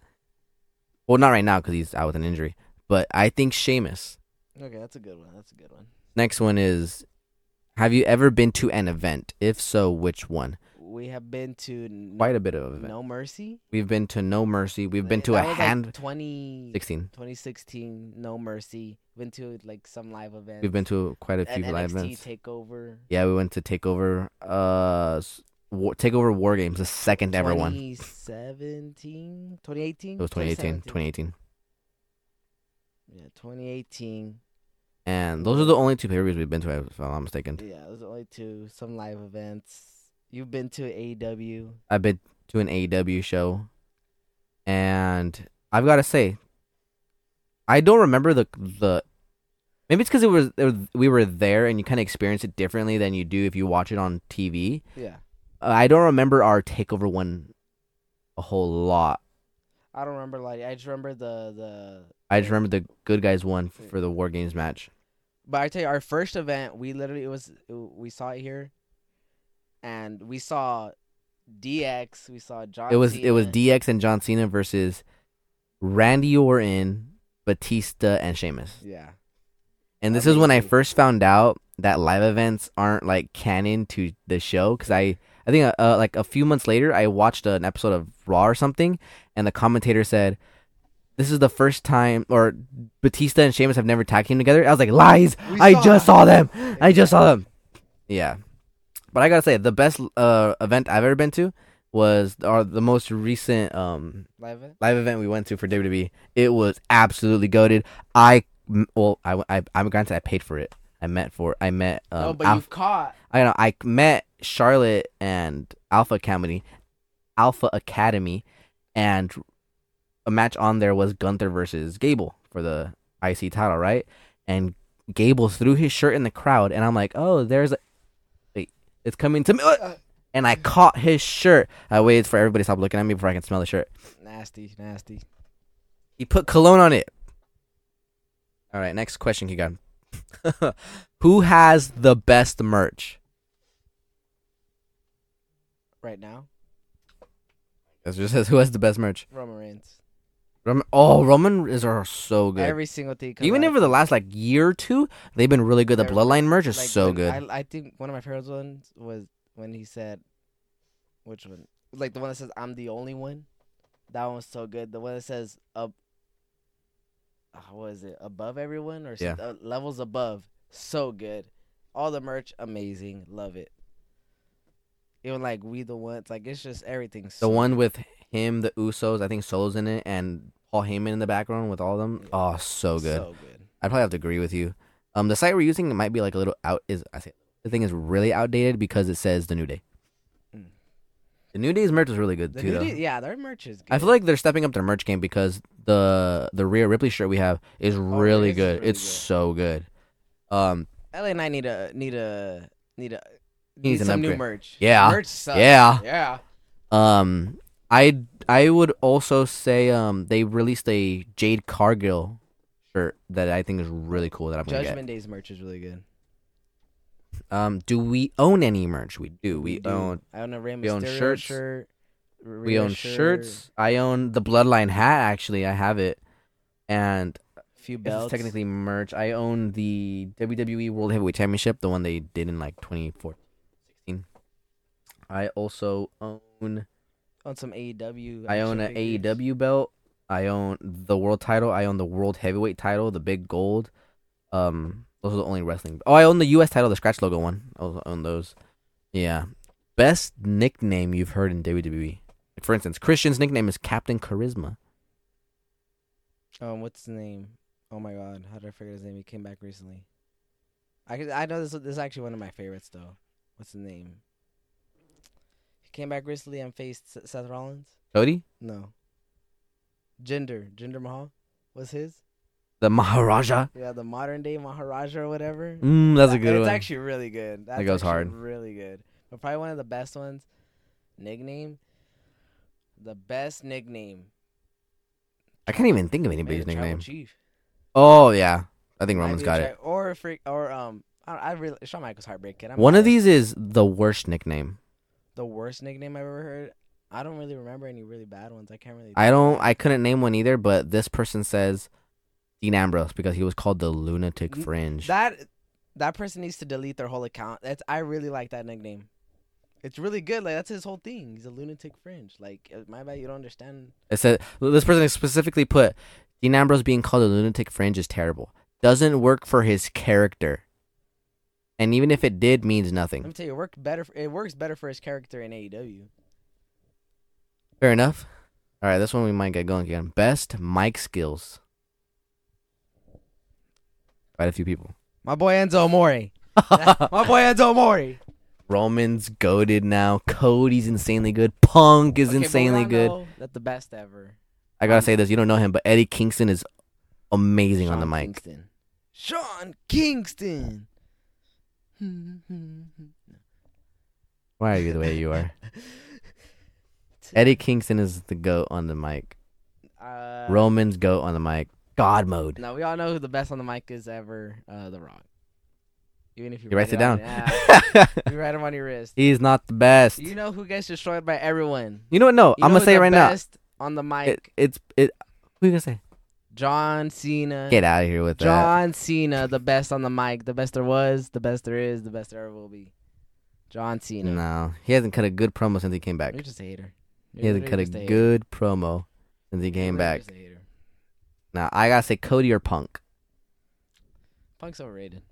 S1: Well, not right now because he's out with an injury. But I think Seamus.
S2: Okay, that's a good one. That's a good one.
S1: Next one is Have you ever been to an event? If so, which one?
S2: We have been to n-
S1: Quite a bit of event.
S2: No Mercy.
S1: We've been to No Mercy. We've been
S2: Th-
S1: to a
S2: that was, like,
S1: hand
S2: 20,
S1: 16.
S2: 2016 No Mercy. Been to like some live events.
S1: We've been to quite a
S2: an
S1: few live
S2: NXT
S1: events.
S2: takeover.
S1: Yeah, we went to Takeover. Uh, s- war, Takeover War Games, the second ever one.
S2: 2017, 2018.
S1: It was 2018, 2018,
S2: Yeah, 2018.
S1: and those are the only two pay per views we've been to, if I'm not mistaken.
S2: Yeah, it was only two some live events. You've been to E AEW.
S1: I've been to an AEW show, and I've got to say, I don't remember the the. Maybe it's because it was, it was we were there and you kind of experience it differently than you do if you watch it on TV.
S2: Yeah.
S1: Uh, I don't remember our Takeover one a whole lot.
S2: I don't remember like I just remember the the
S1: I just remember the good guys won for the War Games match.
S2: But I tell you, our first event, we literally it was we saw it here, and we saw DX, we saw John.
S1: it was it was
S2: Cena.
S1: DX and John Cena versus Randy Orton, Batista, and Sheamus.
S2: Yeah,
S1: And this is when I
S2: Amazing.
S1: first found out that live events aren't like canon to the show because I I think uh, uh, like a few months later I watched an episode of Raw or something, and the commentator said. This is the first time, or Batista and Sheamus have never tag teamed together. I was like, lies!
S2: We
S1: I
S2: saw
S1: just
S2: that.
S1: saw them. I just saw them. Yeah, but I gotta say, the best uh, event I've ever been to was, or the most recent um,
S2: live event.
S1: live event we went to for WWE. It was absolutely goaded. I m- well, I I I'm granted I paid for it. I met for I met um,
S2: no, Oh, but
S1: Alpha,
S2: you've caught.
S1: I know I met Charlotte and Alpha Academy, Alpha Academy, and a match on there was Gunther versus Gable for the IC title, right? And Gable threw his shirt in the crowd, and I'm like, oh, there's a wait, it's coming to me.
S2: Uh.
S1: And I caught his shirt. I waited for everybody to stop looking at me before I can smell the shirt.
S2: Nasty, nasty.
S1: He put cologne on it. All right, next question, Keegan. <laughs> Who has the best merch?
S2: Right now,
S1: It just says who has the best merch.
S2: Roman Reigns.
S1: Roman, oh, Roman is are so good.
S2: Every single thing. comes
S1: Even
S2: out.
S1: over the last like year or two, they've been really good. The
S2: Every-
S1: Bloodline merch is
S2: Like,
S1: so
S2: when-
S1: good.
S2: I, I think one of my favorite ones was when he said, "Which one?" Like the one that says, "I'm the only one." That one was so good. The one that says, "Up." Uh, what is it? Above everyone or s-
S1: Yeah.
S2: uh, levels above? So good. All the merch, amazing. Love it. Even like we the ones, like it's just everything.
S1: the
S2: so
S1: one with him, the Usos, I think Solo's in it, and Paul Heyman in the background with all of them. Oh, so good.
S2: So good.
S1: I'd probably have to agree with you. Um, the site we're using might be like a little out. Is I say the thing is really outdated because it says the New Day.
S2: Mm.
S1: The New Day's merch was really good
S2: The
S1: too.
S2: new
S1: though.
S2: day- yeah, their merch is. good.
S1: I feel like they're stepping up their merch game because the the Rhea Ripley shirt we have is really
S2: it is
S1: good.
S2: Oh, really
S1: it's
S2: good.
S1: so good. Um,
S2: LA and I need a need a need a
S1: Needs
S2: need
S1: an
S2: some new
S1: upgrade.
S2: merch.
S1: Yeah.
S2: merch sucks.
S1: yeah.
S2: yeah.
S1: Um, I I would also say um they released a Jade Cargill shirt that I think is really cool that I'm gonna
S2: Judgment Day's merch is really good.
S1: get. Um, do we own any merch? We do. We,
S2: do.
S1: own
S2: I own a Rey
S1: we own
S2: Mysterio
S1: shirts.
S2: Shirt,
S1: we own shirts. I own the Bloodline hat. Actually, I have it, and
S2: Few
S1: This
S2: belts.
S1: is technically merch. I own the WWE World Heavyweight Championship, the one they did in like 2014, 16. I also own
S2: on some E AEW.
S1: I own E an
S2: action figures.
S1: AEW belt. I own the world title. I own the world heavyweight title, the big gold. Um, those are the only wrestling. Oh, I own the U.S. title, the scratch logo one. I also own those. Yeah, best nickname you've heard in WWE. Like, For instance, Christian's nickname is Captain Charisma.
S2: Um, what's his name? Oh my God, how did I forget his name? He came back recently. I could- I know this this is actually one of my favorites though. What's his name? He came back recently and faced Seth- Seth Rollins.
S1: Cody,
S2: No. Gender, Gender Mahal, was his.
S1: The Maharaja.
S2: Yeah, the modern day Maharaja or whatever.
S1: Mm, that's a good
S2: Hmm. it's
S1: one.
S2: actually really good. That's
S1: goes
S2: actually
S1: hard.
S2: Really good. But probably one of the best ones. Nickname. The best nickname.
S1: I can't even think of
S2: maybe
S1: anybody's
S2: Tribal
S1: nickname.
S2: Chief.
S1: Oh yeah, I think
S2: Might
S1: Roman's
S2: be
S1: got
S2: tri-
S1: it.
S2: Or freak. Or um. I, don't- I really Shawn Michaels Heartbreak Kid. I'm
S1: One of
S2: biased.
S1: these is the worst nickname.
S2: the worst nickname I've ever heard. I don't really remember any really bad ones. I can't really.
S1: I
S2: think of
S1: don't.
S2: any.
S1: I couldn't name one either. But this person says Dean Ambrose because he was called the lunatic
S2: N-
S1: fringe.
S2: That that person needs to delete their whole account. That's I really like that nickname. It's really good. Like that's his whole thing. He's a lunatic fringe. Like uh, my bad, you don't understand.
S1: It said this person specifically put Dean Ambrose being called a lunatic fringe is terrible. Doesn't work for his character. And even if it did, means
S2: Let me
S1: nothing.
S2: tell you, it worked better. It works better for his character in E AEW.
S1: Fair enough. All right, this one we might get going again. Best mic skills. Quite a few
S2: <laughs>
S1: people. <laughs>
S2: My boy Enzo Amore. my boy Enzo Amore.
S1: Roman's goaded now. Cody's insanely good. Punk is
S2: Okay, but we
S1: insanely
S2: all
S1: good.
S2: know That the best ever.
S1: I gotta say this, you don't know him, but Eddie Kingston is amazing on the
S2: Shawn
S1: mic.
S2: Kingston. Sean Kingston.
S1: Why are you the way you
S2: <laughs>
S1: are? Eddie Kingston is the goat on the mic.
S2: Uh,
S1: Roman's goat on the mic. God mode.
S2: No, we all know who the best on the mic is ever. Uh, the Rock. Even if you,
S1: He writes it down.
S2: on- yeah, you write him on your wrist.
S1: <laughs> He's not the best.
S2: You
S1: You
S2: know who gets destroyed by everyone.
S1: know what? No,
S2: You
S1: I'm gonna
S2: know who
S1: say it
S2: the
S1: right
S2: best On the
S1: now.
S2: mic,
S1: It, it's it. Who you gonna say?
S2: John Cena.
S1: Get out of here with that.
S2: John Cena, the best on the mic, the best there was, the best there is, the best there ever will be. John Cena.
S1: No, he hasn't cut a good promo since he came back.
S2: You're just a hater. You're
S1: He hasn't cut
S2: literally
S1: a
S2: just hater.
S1: good promo since he
S2: You're
S1: came
S2: literally
S1: back.
S2: just a hater.
S1: Now I gotta say Cody or Punk.
S2: Punk's overrated.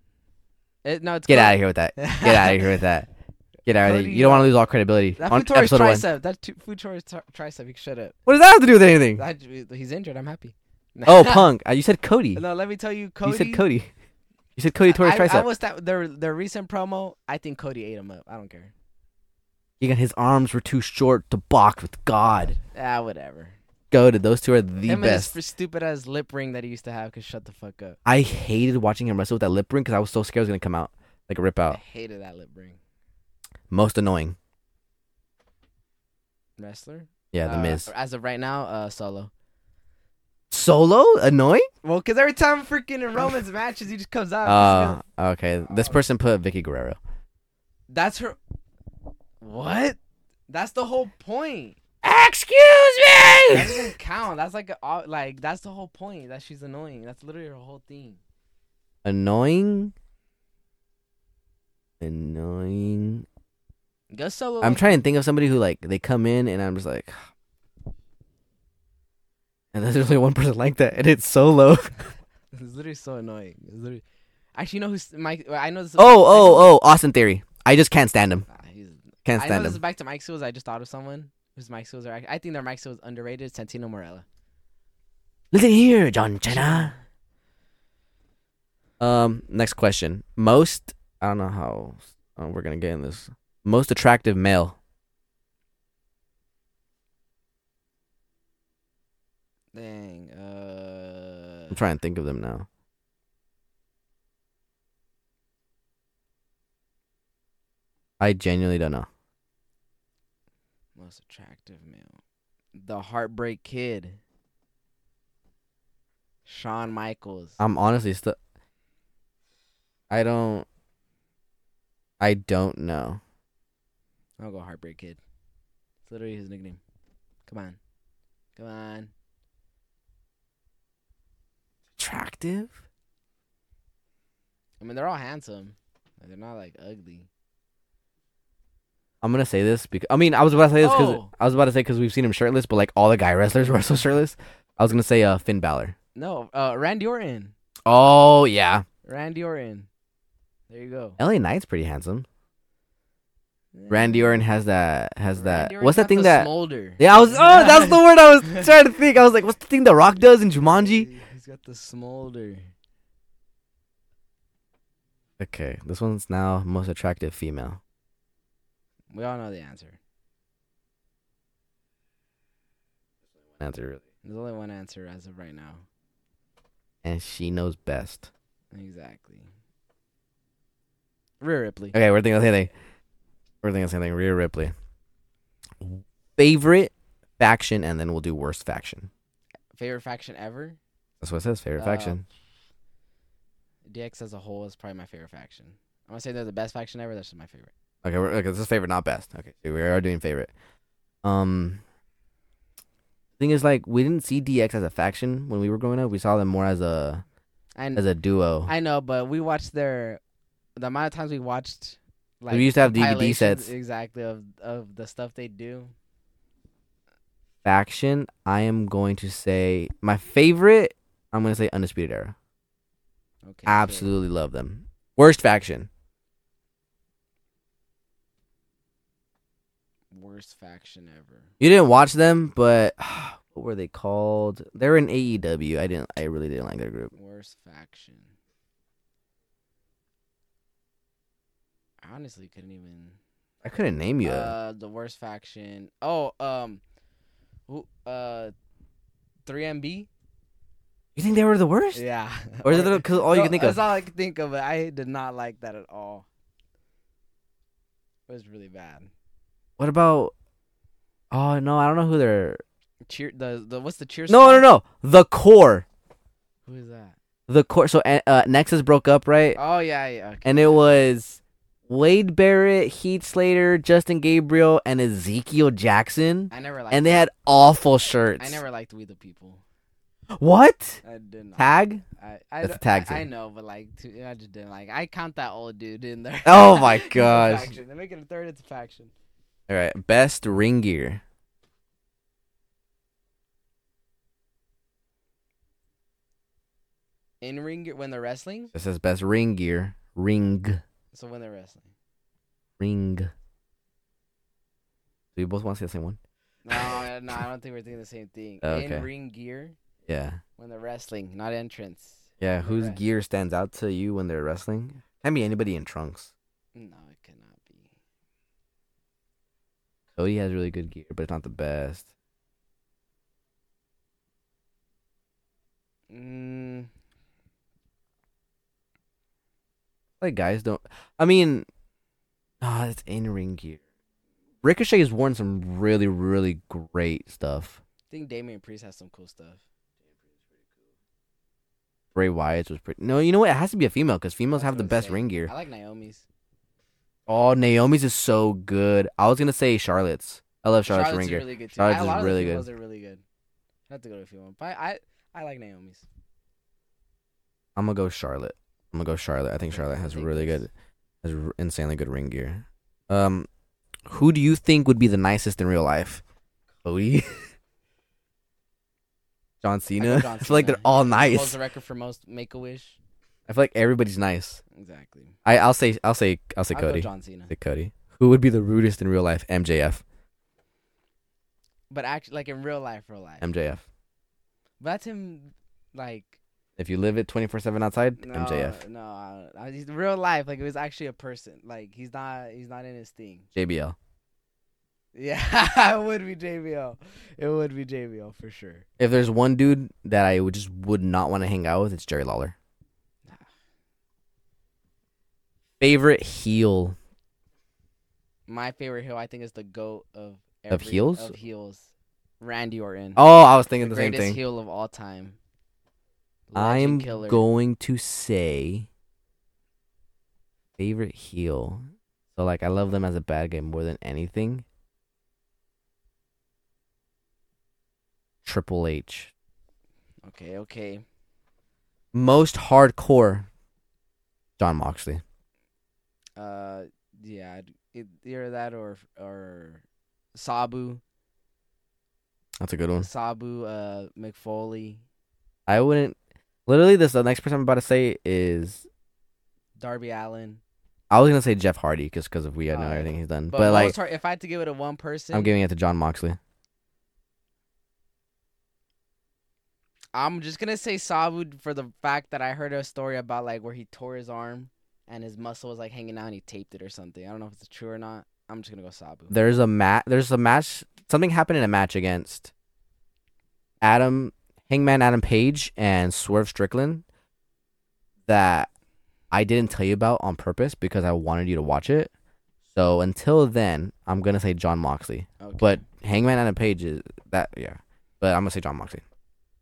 S2: It, no, it's
S1: Get
S2: Cody.
S1: out of here with that.
S2: <laughs>
S1: Get out of here with that. Get out of here.
S2: Cody,
S1: You don't
S2: uh,
S1: want to lose all credibility
S2: That
S1: on
S2: Futori's
S1: episode one.
S2: tricep. That tu- Futori's tri- tricep. You shut up.
S1: What does that have to do with anything?
S2: <laughs> That, he's injured. I'm happy. <laughs>
S1: Oh, Punk. Uh, You said Cody.
S2: no, let me tell you, Cody.
S1: You said Cody. You said Cody tore his
S2: I,
S1: tricep.
S2: I was that their their recent promo. I think Cody ate him up. I don't care.
S1: He got his arms were too short to box with God.
S2: Ah, whatever.
S1: Goaded. Those two are the
S2: him
S1: best.
S2: and his stupid ass lip ring that he used to have. Cause shut the fuck up.
S1: I hated watching him wrestle with that lip ring because I was so scared it was gonna come out like a rip
S2: I
S1: out.
S2: hated that lip ring.
S1: Most annoying.
S2: Wrestler.
S1: Yeah, the
S2: Uh,
S1: Miz.
S2: As of right now, uh, solo.
S1: Solo annoying.
S2: Well, cause every time freaking in Roman's matches, he just comes out.
S1: Uh, okay. This person put Vicky Guerrero.
S2: that's her. What? That's the whole point.
S1: Excuse <laughs>
S2: That doesn't count. That's like a, like that's the whole point. That she's annoying. That's literally her whole thing.
S1: annoying. Annoying.
S2: Gus Solo.
S1: I'm
S2: like-
S1: trying to think of somebody who like they come in and I'm just like. <sighs> And there's only one person like that, and it's
S2: <laughs>
S1: Solo.
S2: It's literally so annoying. It's literally... Actually, you know who's Mike? well, I know this. Is
S1: Oh, oh, oh, Austin Theory. I just can't stand him.
S2: Ah, he's...
S1: Can't
S2: I know
S1: stand
S2: this is
S1: him.
S2: back to Mike Seals. I just thought of someone whose Mike Seals are. act- I think their Mike Seals underrated. Santino Morella.
S1: Listen here, John Cena. Um, next question. Most I don't know how uh, we're gonna get in this. Most attractive male.
S2: Dang. Uh.
S1: I'm trying to think of them now. I genuinely don't know.
S2: Most attractive male. The Heartbreak Kid. Shawn Michaels.
S1: I'm honestly still. I don't. I don't know.
S2: I'll go Heartbreak Kid. It's literally his nickname. Come on. Come on.
S1: Attractive?
S2: I mean, they're all handsome. Like, they're not like ugly.
S1: I'm gonna say this because I mean I was about to say this because
S2: Oh.
S1: I was about to say because we've seen him shirtless, but like all the guy wrestlers <laughs> wrestle shirtless. I was gonna say uh Finn Balor.
S2: No, uh, Randy Orton.
S1: Oh yeah,
S2: Randy Orton. There you go.
S1: LA Knight's pretty handsome. Randy Orton has that has that. What's that
S2: that
S1: thing that?
S2: smolder?
S1: Yeah, I was. Oh, that's the word I was trying to think. I was like, what's the thing The Rock does in Jumanji?
S2: He's got the smolder.
S1: Okay, this one's now most attractive female.
S2: We all know the answer.
S1: Answer.
S2: There's only one answer as of right now.
S1: and she knows best.
S2: Exactly. Rhea Ripley.
S1: Okay, we're thinking of the same thing. We're thinking of the same thing. Rhea Ripley. Favorite faction, and then we'll do worst faction.
S2: Favorite faction ever?
S1: That's what it says. Favorite
S2: Uh,
S1: faction.
S2: DX as a whole is probably my favorite faction. I'm gonna say they're the best faction ever. That's just my favorite.
S1: Okay, we're, okay. This is favorite, not best. Okay, so we are doing favorite. Um, thing is, like, we didn't see DX as a faction when we were growing up. We saw them more as a
S2: I
S1: as a duo.
S2: I know, but we watched their the amount of times we watched like
S1: used to have DVD
S2: compilations
S1: sets.
S2: exactly of of the stuff they do.
S1: faction, I am going to say my favorite. I'm going to say Undisputed Era.
S2: Okay,
S1: Absolutely love them. Worst faction.
S2: so worst faction ever.
S1: You didn't watch them, but <sighs> what were they called? They're in AEW. I didn't. I really didn't like their group.
S2: Worst faction. I honestly couldn't even.
S1: I couldn't name you. a-
S2: Uh, the worst faction. Oh, um, who? Uh,
S1: <laughs>
S2: 3MB.
S1: you think they were the worst?
S2: Yeah.
S1: Or is it
S2: <laughs>
S1: because all you
S2: No,
S1: can think
S2: that's
S1: of?
S2: all I could think of. but I did not like that at all. It was really bad.
S1: What about? Oh no, I don't know who they're.
S2: Cheer the the what's the cheer?
S1: No, no,
S2: squad?
S1: no. The core.
S2: Who is that?
S1: The core. So uh, uh, Nexus broke up, right?
S2: Oh yeah, yeah. Okay.
S1: And it was Wade Barrett, Heath Slater, Justin Gabriel, and Ezekiel Jackson.
S2: I never liked.
S1: And they had awful shirts.
S2: I never liked We the People.
S1: What
S2: I did not.
S1: tag?
S2: I, I,
S1: That's
S2: don't-
S1: a tag
S2: I, I
S1: team.
S2: know, but like, to, I just didn't like. I count that old dude in there.
S1: Oh my
S2: <laughs> It's a
S1: gosh.
S2: faction. They make it a third. It's a faction.
S1: All right, best ring gear.
S2: In ring when they're wrestling.
S1: It says best ring gear. Ring.
S2: So when they're wrestling.
S1: Ring. Do we both want to say the same one?
S2: No, I- no, I don't think we're thinking the same thing.
S1: Oh, Okay.
S2: In ring gear
S1: Yeah.
S2: when they're wrestling, not entrance.
S1: Yeah.
S2: When they're
S1: Whose
S2: wrestling.
S1: gear stands out to you when they're wrestling? Can be anybody in trunks.
S2: No, it cannot be.
S1: Cody has really good gear, but it's not the best.
S2: Mm,
S1: Like guys don't. I mean, ah, it's in ring gear. Ricochet has worn some really, really great stuff.
S2: I think Damian Priest has some cool stuff.
S1: Bray Wyatt's was pretty. No, you know what? It has to be a female because females
S2: That's
S1: have the
S2: what I was
S1: best
S2: saying.
S1: ring gear.
S2: I like Naomi's.
S1: Oh, Naomi's is so good. I was gonna say Charlotte's. I love Charlotte's,
S2: Charlotte's
S1: ring
S2: is
S1: gear.
S2: really good too.
S1: Charlotte's
S2: a
S1: is
S2: lot
S1: really
S2: of
S1: good.
S2: the females are really good. I have to go to a few more, but I, I I like Naomi's.
S1: I'm gonna go Charlotte. I'm gonna go Charlotte. I think
S2: Okay,
S1: Charlotte
S2: I
S1: has
S2: think
S1: really
S2: that's-
S1: good, has r- insanely good ring gear. Um, who do you think would be the nicest in real life? Cody, <laughs> John Cena. I,
S2: John
S1: feel <laughs> like
S2: Cena.
S1: they're all
S2: Holds
S1: nice.
S2: the record for most Make a Wish.
S1: I feel like everybody's nice.
S2: Exactly.
S1: I I'll say I'll say I'll say
S2: I'll
S1: Cody.
S2: Go John Cena.
S1: I'll say Cody. Who would be the rudest in real life? MJF.
S2: But actually, like in real life, real life.
S1: MJF.
S2: But that's him. Like
S1: If you live it 24 seven outside,
S2: no,
S1: MJF.
S2: No, I don't- I- he's real life. Like it was actually a person. Like he's not. He's not in his thing. <laughs>
S1: JBL.
S2: Yeah, it would be JBL. It would be JBL for sure.
S1: If there's one dude that I would just would not want to hang out with, it's Jerry Lawler.
S2: Nah.
S1: Favorite heel.
S2: My favorite heel, I think, is the goat of
S1: Of heels?
S2: Of heels, Randy Orton.
S1: Oh, I was thinking the, same
S2: greatest
S1: thing.
S2: heel of all time. Legend
S1: I'm
S2: killer.
S1: going to say favorite heel. So like I love them as a bad guy more than anything. Triple H.
S2: Okay, okay.
S1: Most hardcore. John Moxley.
S2: Uh, yeah, I'd- it, either that or or Sabu,
S1: That's a good
S2: Hmm.
S1: one.
S2: Sabu, uh, McFoley,
S1: I wouldn't. Literally, this the next person I'm about to say is
S2: Darby Allen.
S1: I was gonna say Jeff Hardy because because of we know
S2: Oh, yeah.
S1: everything he's done,
S2: But,
S1: but, like
S2: most hard, if I had to give it to one person,
S1: I'm giving it to John Moxley.
S2: I'm just gonna say Sabu for the fact that I heard a story about like where he tore his arm and his muscle was like hanging out and he taped it or something. I don't know if it's true or not. I'm just gonna go Sabu.
S1: There's a mat. There's a match. Something happened in a match against Adam Hangman Adam Page and Swerve Strickland that I didn't tell you about on purpose because I wanted you to watch it. So until then, I'm gonna say John Moxley,
S2: Okay.
S1: but Hangman Adam Page is that yeah. But I'm gonna say John Moxley.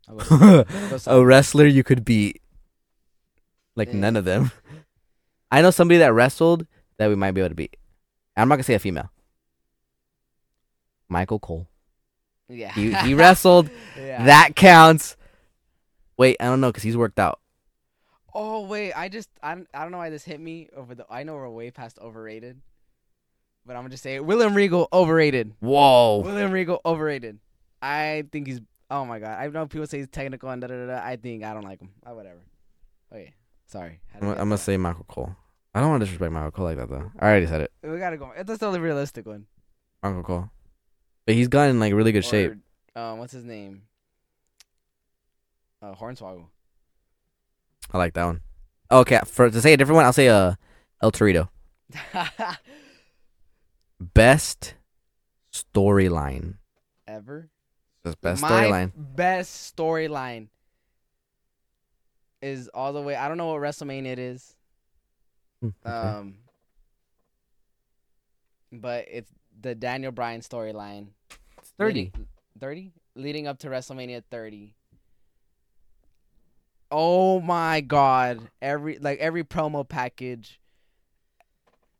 S2: I'll go second.
S1: <laughs>
S2: I'll go
S1: a
S2: second.
S1: wrestler you could beat. Like none of them. <laughs> I know somebody that wrestled that we might be able to beat. I'm not gonna say a female. Michael Cole.
S2: yeah.
S1: He,
S2: <laughs>
S1: he wrestled.
S2: Yeah.
S1: That counts. Wait, I don't know because he's worked out.
S2: Oh wait, I just I don't, I don't know why this hit me over the I know we're way past overrated, but I'm gonna just say it. William Regal overrated.
S1: Whoa.
S2: William Regal overrated. I think he's oh my god. I know people say he's technical and da da da. da. I think I don't like him. Oh, whatever. Okay, sorry. Had
S1: I'm,
S2: to
S1: gonna-
S2: get
S1: I'm gonna
S2: to
S1: say Michael Cole. I don't want to disrespect Michael Cole like that though. I already said it.
S2: that. we gotta go. That's the only realistic one.
S1: Michael Cole. But he's gotten in like really good shape.
S2: Or, Um, what's his name? Uh, Hornswoggle. <laughs>
S1: I like that one. Okay, for to say a different one, I'll say uh El Torito. Best storyline.
S2: Ever.
S1: That's best
S2: My
S1: storyline.
S2: Best storyline is all the way. I don't know what WrestleMania it is.
S1: Mm, okay.
S2: Um, but it's the Daniel Bryan storyline.
S1: It's
S2: leading- 30? Leading up to WrestleMania 30. Oh my god. Every like every promo package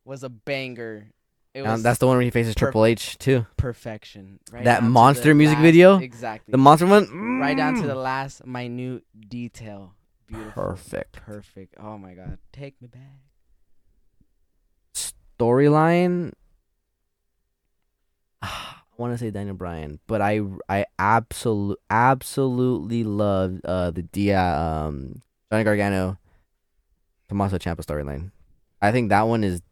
S2: was a banger. It was
S1: Um, that's the one where he faces Triple H too.
S2: perfection. Right
S1: that
S2: down to the
S1: monster music
S2: last-
S1: video?
S2: Exactly.
S1: The monster one.
S2: right down to the
S1: Mm.
S2: last minute detail. Beautiful.
S1: perfect
S2: Perfect. Oh my god. Take me back.
S1: storyline. <sighs> I want to say Daniel Bryan, but I I absolute absolutely loved uh the Dia um Johnny Gargano, Tommaso Ciampa storyline. I think that one is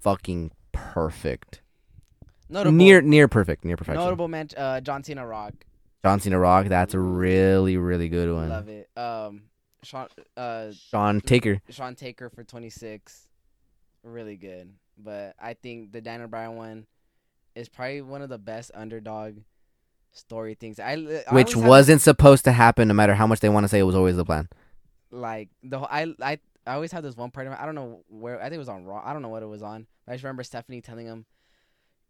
S1: fucking perfect.
S2: Notable
S1: Near near perfect, near perfection.
S2: notable mention uh John Cena Rock.
S1: John Cena Rock, that's a really really good one.
S2: Love it. Um Sean uh
S1: Sean Taker.
S2: Sean Taker for 26. Really good. But I think the Daniel Bryan one is probably one of the best underdog story things. I li- I
S1: which
S2: always have-
S1: wasn't supposed to happen no matter how much they want to say it was always the plan
S2: like the whole- I I I always have this one part of it. I don't know where I think it was on Raw. I don't know what it was on. But I just remember Stephanie telling him,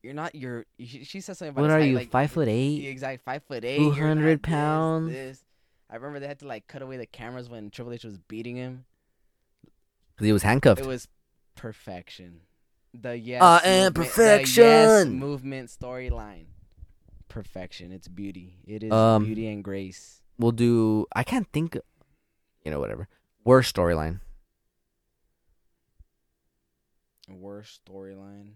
S2: "You're not your." She, she said something about
S1: what
S2: his
S1: are
S2: height,
S1: you
S2: like,
S1: five foot
S2: Yeah,
S1: eight
S2: exactly. Five foot eight.
S1: 200
S2: hundred
S1: pounds.
S2: This. I remember they had to like cut away the cameras when Triple H was beating him.
S1: because he was handcuffed
S2: It was perfection. The yes.
S1: I am
S2: movement- The yes
S1: perfection.
S2: movement storyline. Perfection. It's beauty. It is
S1: Um,
S2: beauty and grace.
S1: we'll do i can't think you know whatever worst storyline
S2: Worst storyline.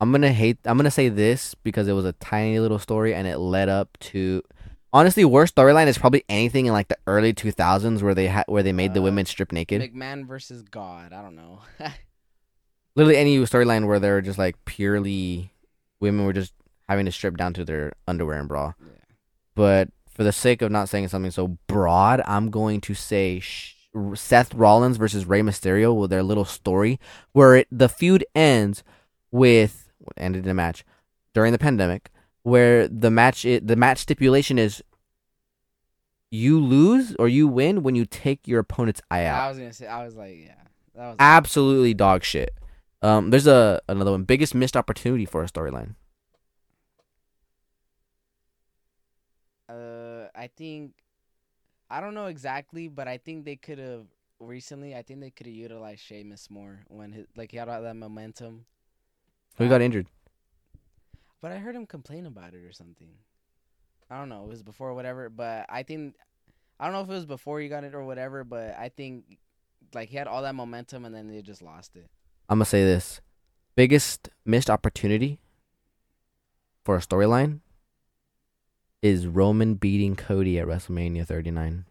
S1: i'm gonna hate i'm gonna say this because it was a tiny little story and it led up to honestly worst storyline is probably anything in like the early 2000s where they had where they made the
S2: Uh,
S1: women strip naked
S2: McMahon versus God. I don't know. <laughs>
S1: literally any storyline where they're just like purely women were just having to strip down to their underwear and bra.
S2: Yeah.
S1: But for the sake of not saying something so broad, I'm going to say sh- Seth Rollins versus Rey Mysterio with their little story where it, the feud ends with what ended in a match during the pandemic where the match i the match stipulation is you lose or you win when you take your opponent's eye out
S2: I was gonna say. I was like, yeah. That was.
S1: absolutely dog shit. Um, there's a another one. Biggest missed opportunity for a storyline.
S2: Uh, I think. I don't know exactly, but I think they could have recently. I think they could have utilized Sheamus more when his like he had all that momentum. Um,
S1: Who got injured?
S2: But I heard him complain about it or something. I don't know. It was before whatever, but I think I don't know if it was before he got it or whatever. But I think like he had all that momentum and then they just lost it.
S1: I'm gonna say this. Biggest missed opportunity for a storyline is Roman beating Cody at WrestleMania 39.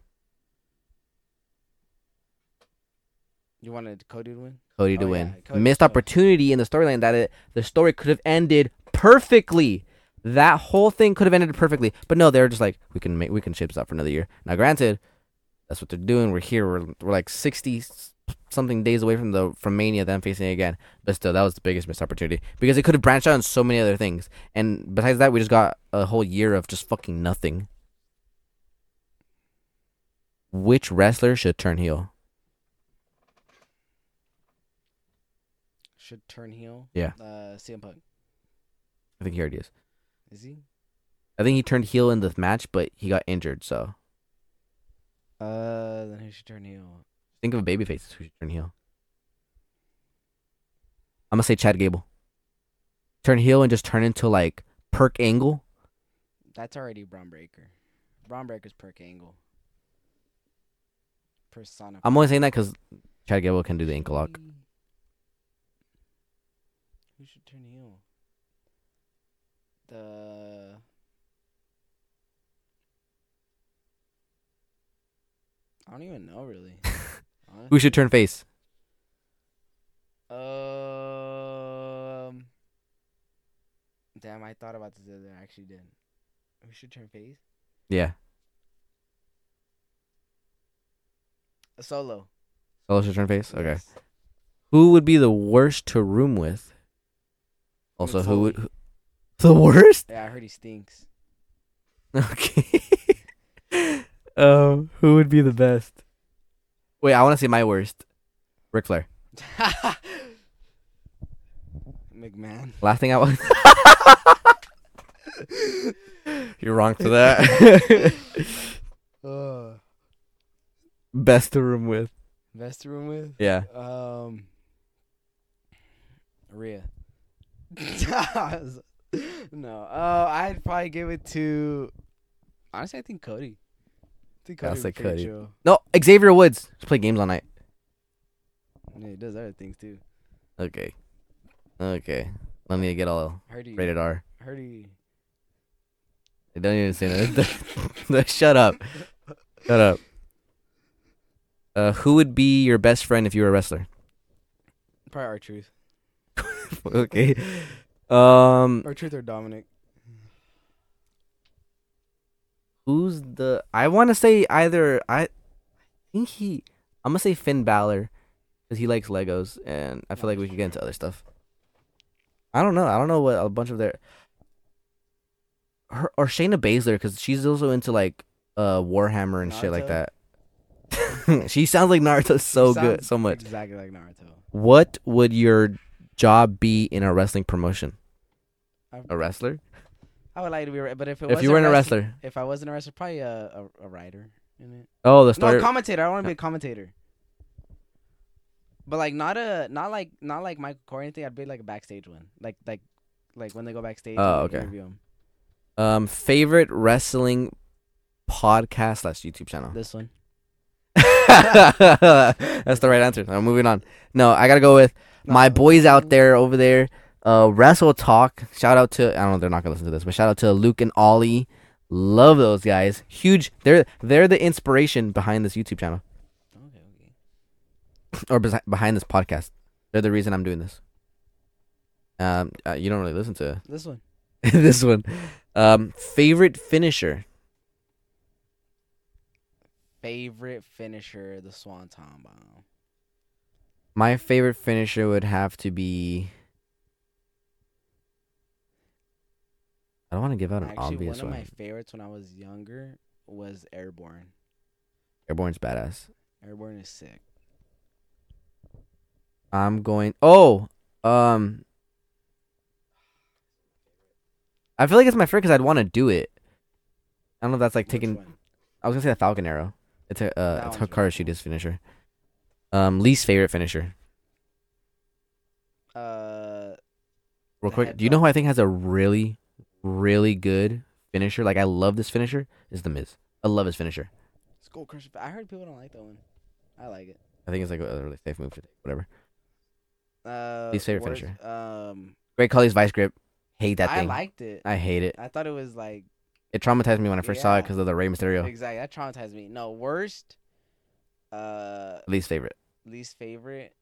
S2: You wanted Cody to win?
S1: Cody to
S2: Oh, yeah,
S1: win.
S2: Cody-
S1: missed
S2: Cody.
S1: opportunity in the storyline that it, the story could have ended perfectly. That whole thing could have ended perfectly, but no, they're just like we can make we can ship this out for another year. Now, granted, that's what they're doing. We're here. We're, we're like sixty s- something days away from the from Mania, then facing it again. But still, that was the biggest missed opportunity because it could have branched out in so many other things. And besides that, we just got a whole year of just fucking nothing. Which wrestler should turn heel?
S2: Should turn heel.
S1: Yeah.
S2: Uh, CM Punk.
S1: I think he already is.
S2: Is he?
S1: I think he turned heel in the match, but he got injured. So
S2: Uh, then who should turn heel?
S1: think of a babyface who should turn heel. I'm gonna say Chad Gable. Turn heel and just turn into like Perk Angle.
S2: That's already Braun Breaker. Braun Breaker's perk angle. Persona.
S1: I'm only saying that because Chad Gable can do the ankle lock.
S2: Who should turn heel? The. I don't even know really.
S1: <laughs> Who should turn face?
S2: Um. Damn, I thought about this the other. I actually did. We should turn face.
S1: Yeah,
S2: A solo.
S1: Solo should turn face. Okay.
S2: Yes.
S1: Who would be the worst to room with? Also, who would
S2: Foley.
S1: who, <laughs> the worst?
S2: Yeah, I heard he stinks. <laughs>
S1: Okay. <laughs> um, who would be the best? Wait, I want to say my worst. Ric Flair.
S2: McMahon.
S1: Last thing I was. <laughs> You're wrong for that.
S2: <laughs>
S1: <laughs>
S2: Uh,
S1: Best to room with.
S2: best room with.
S1: Yeah.
S2: Um, Rhea. <laughs> no, uh, I'd probably give it to. Honestly, I think Cody. I think
S1: Yeah, I'll
S2: Cody. would
S1: say
S2: be
S1: Cody.
S2: pretty chill.
S1: No, Xavier Woods. Let's play games all night.
S2: Yeah, he does other things too.
S1: Okay. Okay. Let me get all
S2: Heard he.
S1: rated R.
S2: Heard he.
S1: They don't even say that. <laughs> Shut up. Shut up. Uh, who would be your best friend if you were a wrestler? <laughs>
S2: Probably our truth.
S1: okay. Um,
S2: Our truth or Dominic.
S1: who's the? I want to say either. I think he. I'm gonna say Finn Balor, because he likes Legos, and I feel like we could get into other stuff. I don't know. I don't know what a bunch of their. Her, or Shayna Baszler, because she's also into like uh Warhammer and shit like
S2: Naruto?
S1: that. <laughs> she sounds like Naruto so
S2: He
S1: good,
S2: sounds
S1: so much.
S2: Exactly like Naruto.
S1: What would your job be in a wrestling promotion?
S2: I-
S1: A wrestler?
S2: I would like to be, a wre- but if it
S1: If
S2: was
S1: you
S2: a
S1: weren't a
S2: wrestler-
S1: wrestler.
S2: if I wasn't a wrestler, probably a a, a writer in it.
S1: Oh, the story.
S2: No, commentator. I want to be a commentator. But like not a not like not like Michael Corey or anything. I'd be like a backstage one, like like like when they go backstage.
S1: Oh,
S2: and, like,
S1: okay.
S2: interview 'em.
S1: um, favorite wrestling podcast slash YouTube channel.
S2: This one.
S1: <laughs> That's the right answer. I'm moving on. No, I gotta go with my
S2: No.
S1: boys out there over there. Uh, Wrestle Talk. Shout out to I don't know they're not gonna listen to this, but shout out to Luke and Ollie. Love those guys. Huge. They're they're the inspiration behind this YouTube channel
S2: Okay, okay.
S1: or besi- behind this podcast. They're the reason I'm doing this. Um, uh, you don't really listen to <laughs>
S2: This one.
S1: this one. Um, favorite finisher.
S2: Favorite finisher: the Swanton Bomb.
S1: My favorite finisher would have to be. I don't want to give out an
S2: Actually,
S1: obvious
S2: one of
S1: one.
S2: my favorites when I was younger was Airborne.
S1: Airborne's badass.
S2: Airborne is sick.
S1: I'm going. Oh, um, I feel like it's my favorite because I'd want to do it. I don't know if that's like
S2: Which
S1: taking.
S2: one?
S1: I was gonna say the Falcon Arrow. It's a
S2: That
S1: uh, it's
S2: one's really
S1: Hikaru Shida's finisher. Um, least favorite finisher.
S2: Uh,
S1: Real
S2: The
S1: quick, do you know
S2: headbutt.
S1: who I think has a really, really good finisher? Like I love this finisher. Is the Miz. I love his finisher.
S2: Skull Crusher. I heard people don't like that one. I like it.
S1: I think it's like a really safe move to take. Whatever.
S2: Uh,
S1: Least favorite
S2: what is-
S1: finisher.
S2: Um,
S1: Great Colley's vice grip. Hate that
S2: I
S1: thing.
S2: liked it.
S1: I hate it.
S2: I thought it was like
S1: It traumatized me when I first saw it
S2: Yeah.
S1: because of the Rey Mysterio.
S2: Exactly. That traumatized me. No, worst, uh,
S1: Least favorite.
S2: least favorite.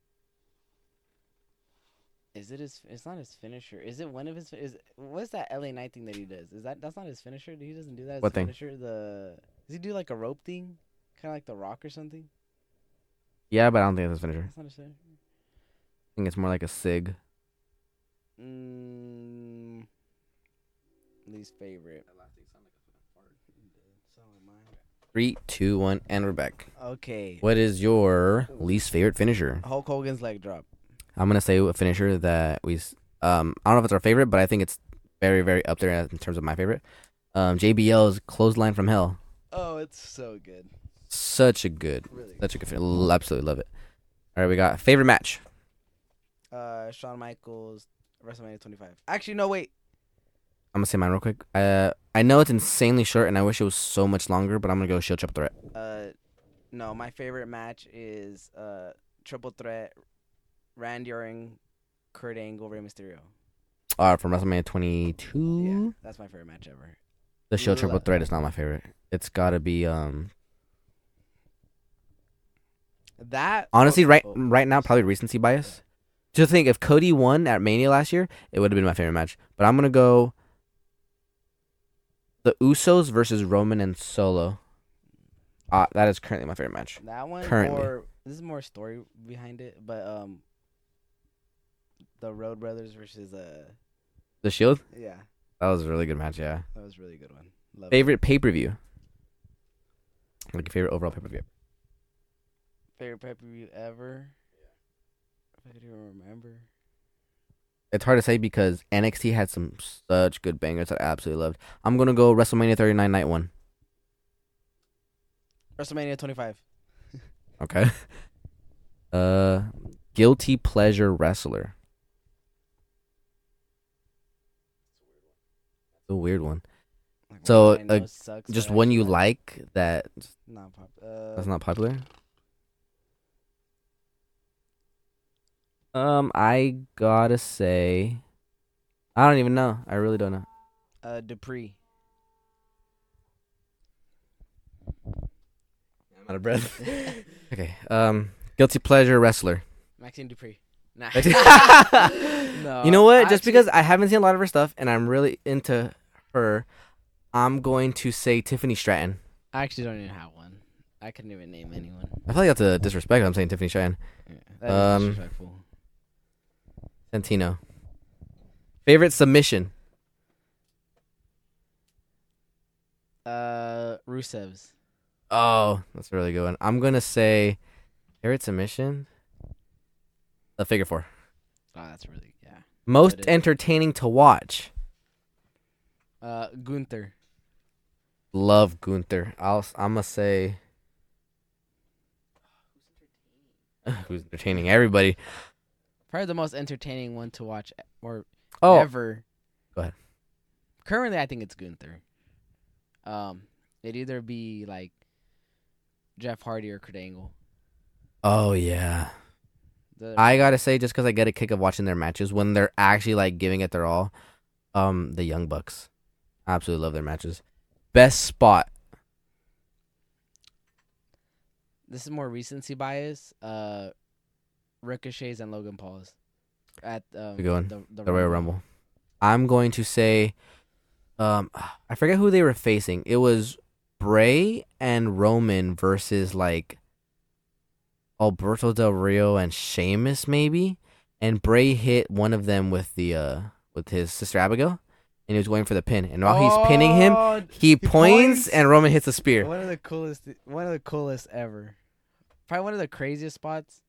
S2: Is it his? It's not his finisher. Is it one of his? Is what's that LA Knight thing that he does? Is that that's not his finisher? He doesn't do that. As
S1: What
S2: his
S1: thing?
S2: Finisher. The does he do like a rope thing, kind of like the Rock or something?
S1: Yeah, but I don't think it's his finisher.
S2: That's not his finisher.
S1: I think it's more like a sig.
S2: Mm, least favorite.
S1: Three, two, one, and we're back.
S2: Okay.
S1: What is your least favorite finisher?
S2: Hulk Hogan's leg drop.
S1: I'm gonna say a finisher that we. s- Um, I don't know if it's our favorite, but I think it's very, very up there in terms of my favorite. Um, JBL's clothesline from hell.
S2: Oh, it's so good.
S1: Such a good,
S2: Really.
S1: such a good. Fin- l- absolutely love it. All right, we got favorite match.
S2: Uh, Shawn Michaels WrestleMania 25. Actually, no, wait.
S1: I'm gonna say mine real quick. Uh, I know it's insanely short, and I wish it was so much longer, but I'm gonna go shield chop threat.
S2: Uh, no, my favorite match is uh Triple Threat, Randy Orton, Kurt Angle, Rey Mysterio.
S1: Uh, from WrestleMania 22.
S2: Yeah, that's my favorite match ever.
S1: The shield
S2: Lula.
S1: triple threat is not my favorite. It's gotta be um.
S2: That
S1: Honestly,
S2: oh,
S1: right
S2: oh.
S1: right now, probably recency bias. Just think if Cody won at Mania last year, it would have been my favorite match. But I'm gonna go. The Usos versus Roman and Solo. Uh, that is currently my favorite match.
S2: That one
S1: Currently.
S2: more this is more story behind it, but um the Road Brothers versus uh
S1: The Shield.
S2: yeah,
S1: That was a really good match. Yeah.
S2: that was a really good one. Love it.
S1: Favorite pay per view. Like your favorite overall pay per view.
S2: favorite pay per view ever. I don't remember.
S1: It's hard to say because NXT had some such good bangers that I absolutely loved. I'm gonna go WrestleMania 39 night one.
S2: WrestleMania 25.
S1: Okay. Uh, guilty pleasure wrestler. The weird one.
S2: Like, one
S1: So,
S2: that I
S1: uh,
S2: know sucks,
S1: Just
S2: but I
S1: one you
S2: actually
S1: like that
S2: Not pop. Uh,
S1: that's not popular. Um, I gotta say, I don't even know. I really don't know.
S2: uh, Dupree.
S1: I'm out of breath. <laughs> okay. Um, guilty pleasure wrestler.
S2: Maxine Dupree.
S1: <laughs>
S2: Nah. <laughs>
S1: you know what?
S2: I
S1: Just
S2: actually-
S1: because I haven't seen a lot of her stuff and I'm really into her, I'm going to say Tiffany Stratton.
S2: I actually don't even have one. I couldn't even name anyone.
S1: I feel like that's a disrespect. when I'm saying Tiffany Stratton.
S2: Yeah,
S1: Um,
S2: disrespectful.
S1: Santino. Favorite submission.
S2: Uh, Rusev's.
S1: Oh, that's a really good one. I'm gonna say favorite submission. The figure four.
S2: Oh, that's really yeah.
S1: Most
S2: That is-
S1: entertaining to watch.
S2: Uh, Gunther.
S1: Love Gunther. I'll. I'm gonna say. <sighs> Who's entertaining <sighs> everybody?
S2: Probably the most entertaining one to watch e- or
S1: Oh,
S2: ever.
S1: Go ahead.
S2: Currently, I think it's Gunther. Um, it'd either be like Jeff Hardy or Kurt Angle.
S1: oh yeah.
S2: The,
S1: I gotta say, just because I get a kick of watching their matches when they're actually like giving it their all. Um, the Young Bucks, absolutely love their matches. Best spot.
S2: this is more recency bias. Uh, Ricochet's and Logan Paul's at um,
S1: Good one.
S2: the
S1: the Royal Rumble. I'm going to say, um, I forget who they were facing. It was Bray and Roman versus like Alberto Del Rio and Sheamus, maybe. And Bray hit one of them with the uh with his sister Abigail, and he was going for the pin. And while he's pinning him,
S2: Oh,
S1: he points,
S2: points.
S1: and Roman hits a spear.
S2: One of the coolest, one of the coolest ever. Probably one of the craziest spots.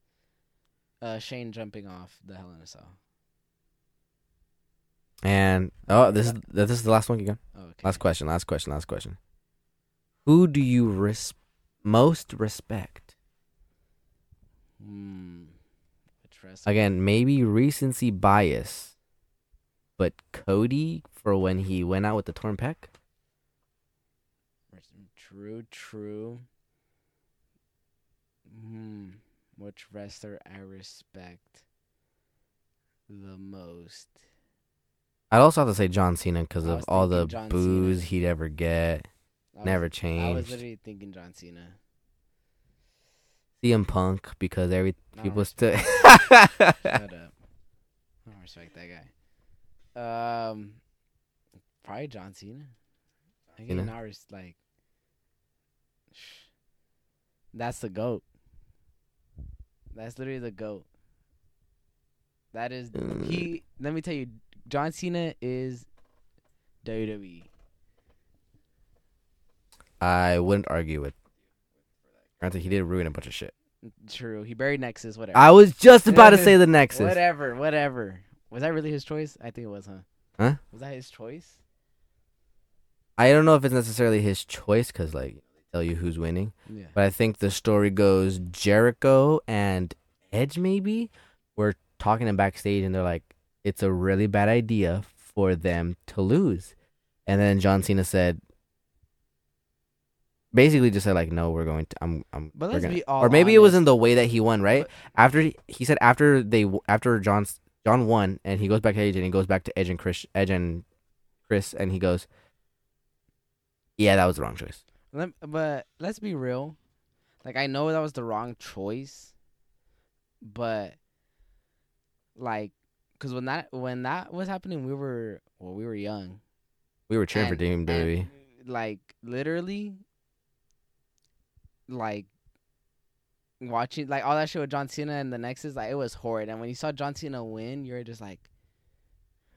S2: Uh, Shane jumping off the Hell in a Cell.
S1: And oh, this is this is the last one. You go.
S2: Oh, okay.
S1: Last question. Last question. Last question. Who do you res- most respect?
S2: Hmm. Which wrestler?
S1: Again, maybe recency bias, but Cody for when he went out with the torn pec.
S2: True, true. Hmm. Which wrestler I respect the most?
S1: I'd also have to say John Cena because
S2: I
S1: of
S2: was
S1: all the
S2: thinking John
S1: booze
S2: Cena.
S1: he'd ever get.
S2: I was-
S1: Never
S2: I was
S1: changed.
S2: literally thinking John Cena.
S1: CM Punk because every
S2: I don't
S1: people
S2: respect
S1: <laughs> still.
S2: Shut up. I don't respect that guy. Um, probably John Cena. I
S1: Cena.
S2: can not res- like. That's the goat. That's literally the goat. That is
S1: Mm.
S2: he. Let me tell you, John E. Cena is WWE.
S1: I wouldn't argue with. Granted, he did ruin a bunch of shit.
S2: True. He buried Nexus. Whatever.
S1: I was just about to
S2: <laughs>
S1: say the Nexus.
S2: Whatever. Whatever. Was that really his choice? I think it was, huh?
S1: Huh?
S2: Was that his choice?
S1: I don't know if it's necessarily his choice because, like, they tell you who's winning.
S2: Yeah.
S1: But I think the story goes Jericho and Edge, maybe, were talking in backstage and they're like, it's a really bad idea for them to lose. And then John Cena said, basically just said, like, no, we're going to, I'm, I'm,
S2: But
S1: we're
S2: let's
S1: gonna-
S2: be all
S1: or maybe it was
S2: honest.
S1: in the way that he won, right? after he, he said after they w- after John's John won and he goes back to Edge and he goes back to Edge and Chris Edge and Chris and he goes, yeah, that was the wrong choice.
S2: Lem- but let's be real. Like I know that was the wrong choice, but like, cause when that when that was happening, we were well, we were young.
S1: We were cheering for
S2: And-
S1: Team WWE.
S2: and, Like literally, like watching like all that shit with John Cena and the Nexus, like it was horrid. And when you saw John Cena win, you're just like,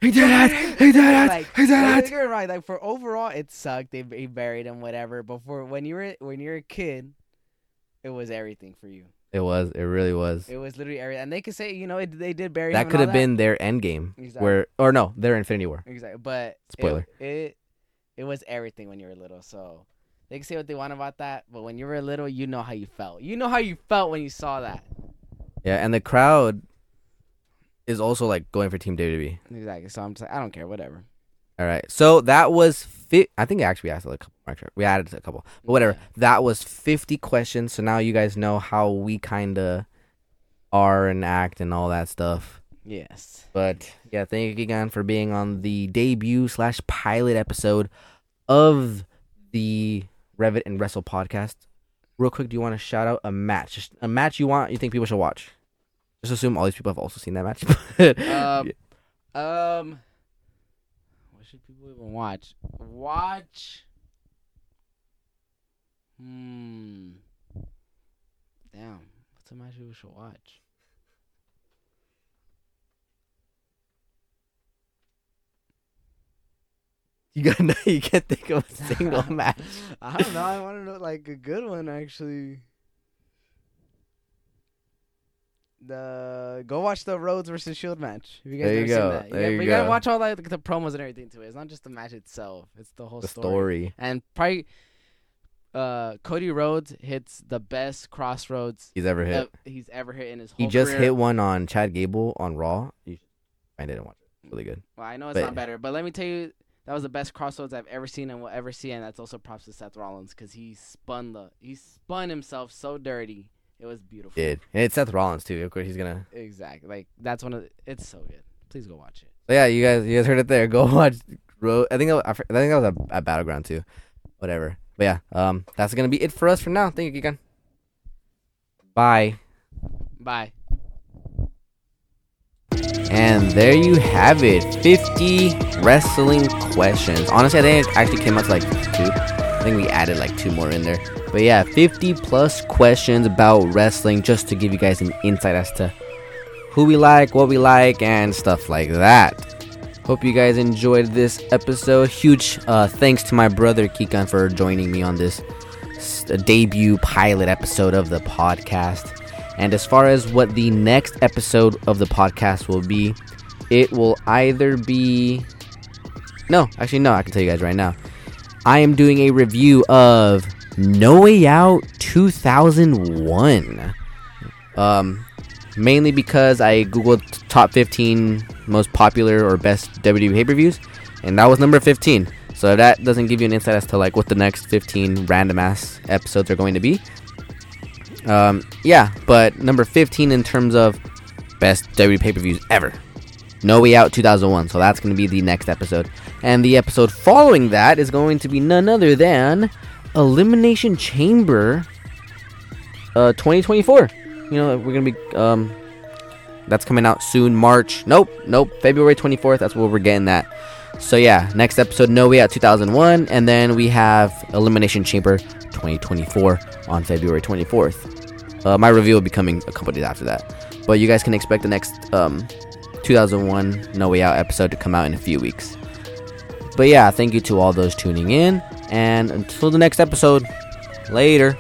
S1: He did it! He did it!
S2: like,
S1: he did
S2: like, don't
S1: it!
S2: get me wrong, like for overall, it sucked. They they buried him, whatever. But for when you were when you're a kid, it was everything for you.
S1: It was. It really was.
S2: It was literally everything, and they could say, you know, it, they did bury him
S1: that
S2: and
S1: could
S2: all
S1: have been their end game,
S2: Exactly.
S1: where or no, their Infinity War.
S2: exactly. But it-
S1: Spoiler.
S2: it, it was everything when you were little. So they can say what they want about that, but when you were little, you know how you felt. You know how you felt when you saw that.
S1: Yeah, and the crowd is also like going for Team WWE.
S2: Exactly. So I'm just like, I don't care, whatever.
S1: All right. So that was fi- I think actually we asked a couple more extra. We added a couple. But whatever.
S2: Yeah.
S1: That was 50 questions. So now you guys know how we kind of are and act and all that stuff.
S2: Yes.
S1: But yeah, thank you again for being on the debut slash pilot episode of the Revit and Wrestle podcast. Real quick, do you want to shout out a match? Just a match you want, you think people should watch? Just assume all these people have also seen that match. <laughs>
S2: Um, um, what should people even watch? Watch. Hmm. Damn. What's a match we should watch?
S1: you got to you can't think
S2: <laughs>
S1: of a single match.
S2: I don't know. I want to know like a good one actually. The go watch the Rhodes versus Shield match. If you guys
S1: There you
S2: never
S1: go,
S2: seen
S1: there
S2: that, gotta-
S1: you
S2: but you gotta
S1: go.
S2: watch all like the promos and everything to it. It's not just the match itself; it's the whole
S1: The
S2: story.
S1: story.
S2: and probably uh, Cody Rhodes hits the best crossroads
S1: he's ever hit.
S2: ev- he's ever hit in his whole
S1: he just
S2: career.
S1: hit one on Chad Gable on Raw. You should find it and watch it. It's really good.
S2: Well, I know it's
S1: but-
S2: not better, but let me tell you, that was the best crossroads I've ever seen and will ever see, and that's also props to Seth Rollins because he spun the he spun himself so dirty, it was beautiful.
S1: Did and it's Seth Rollins too. Of course, he's gonna.
S2: Exactly, like that's one of the, it's so good. Please go watch it.
S1: But yeah, you guys, you guys heard it there. <laughs> Go watch. Ro- I think that, I fr- I think that was at, at Battleground too. Whatever. But yeah, um, that's gonna be it for us for now. Thank you, Gigan. Bye.
S2: Bye.
S1: And there you have it 50 wrestling questions. Honestly, I think it actually came out to like two. I think we added like two more in there. But yeah, 50 plus questions about wrestling just to give you guys an insight as to who we like, what we like, and stuff like that. Hope you guys enjoyed this episode. Huge uh, thanks to my brother Kikan for joining me on this s- debut pilot episode of the podcast. And as far as what the next episode of the podcast will be, it will either be. No, actually, no, I can tell you guys right now. I am doing a review of No Way Out 2001. Um, mainly because I googled top 15 most popular or best WWE pay per views, and that was number 15. So if that doesn't give you an insight as to like what the next 15 random ass episodes are going to be. Um, yeah, but number 15 in terms of best WWE pay per views ever. No Way Out 2001. So that's going to be the next episode. And the episode following that is going to be none other than Elimination Chamber uh, 2024. You know, we're going to be. Um, that's coming out soon. March. Nope. Nope. February 24th. That's where we're getting that. So yeah, next episode, No Way Out 2001. And then we have Elimination Chamber 2024 on February 24th. Uh, my review will be coming a couple days after that. But you guys can expect the next um, 2001 No Way Out episode to come out in a few weeks. But yeah, thank you to all those tuning in. And until the next episode, later.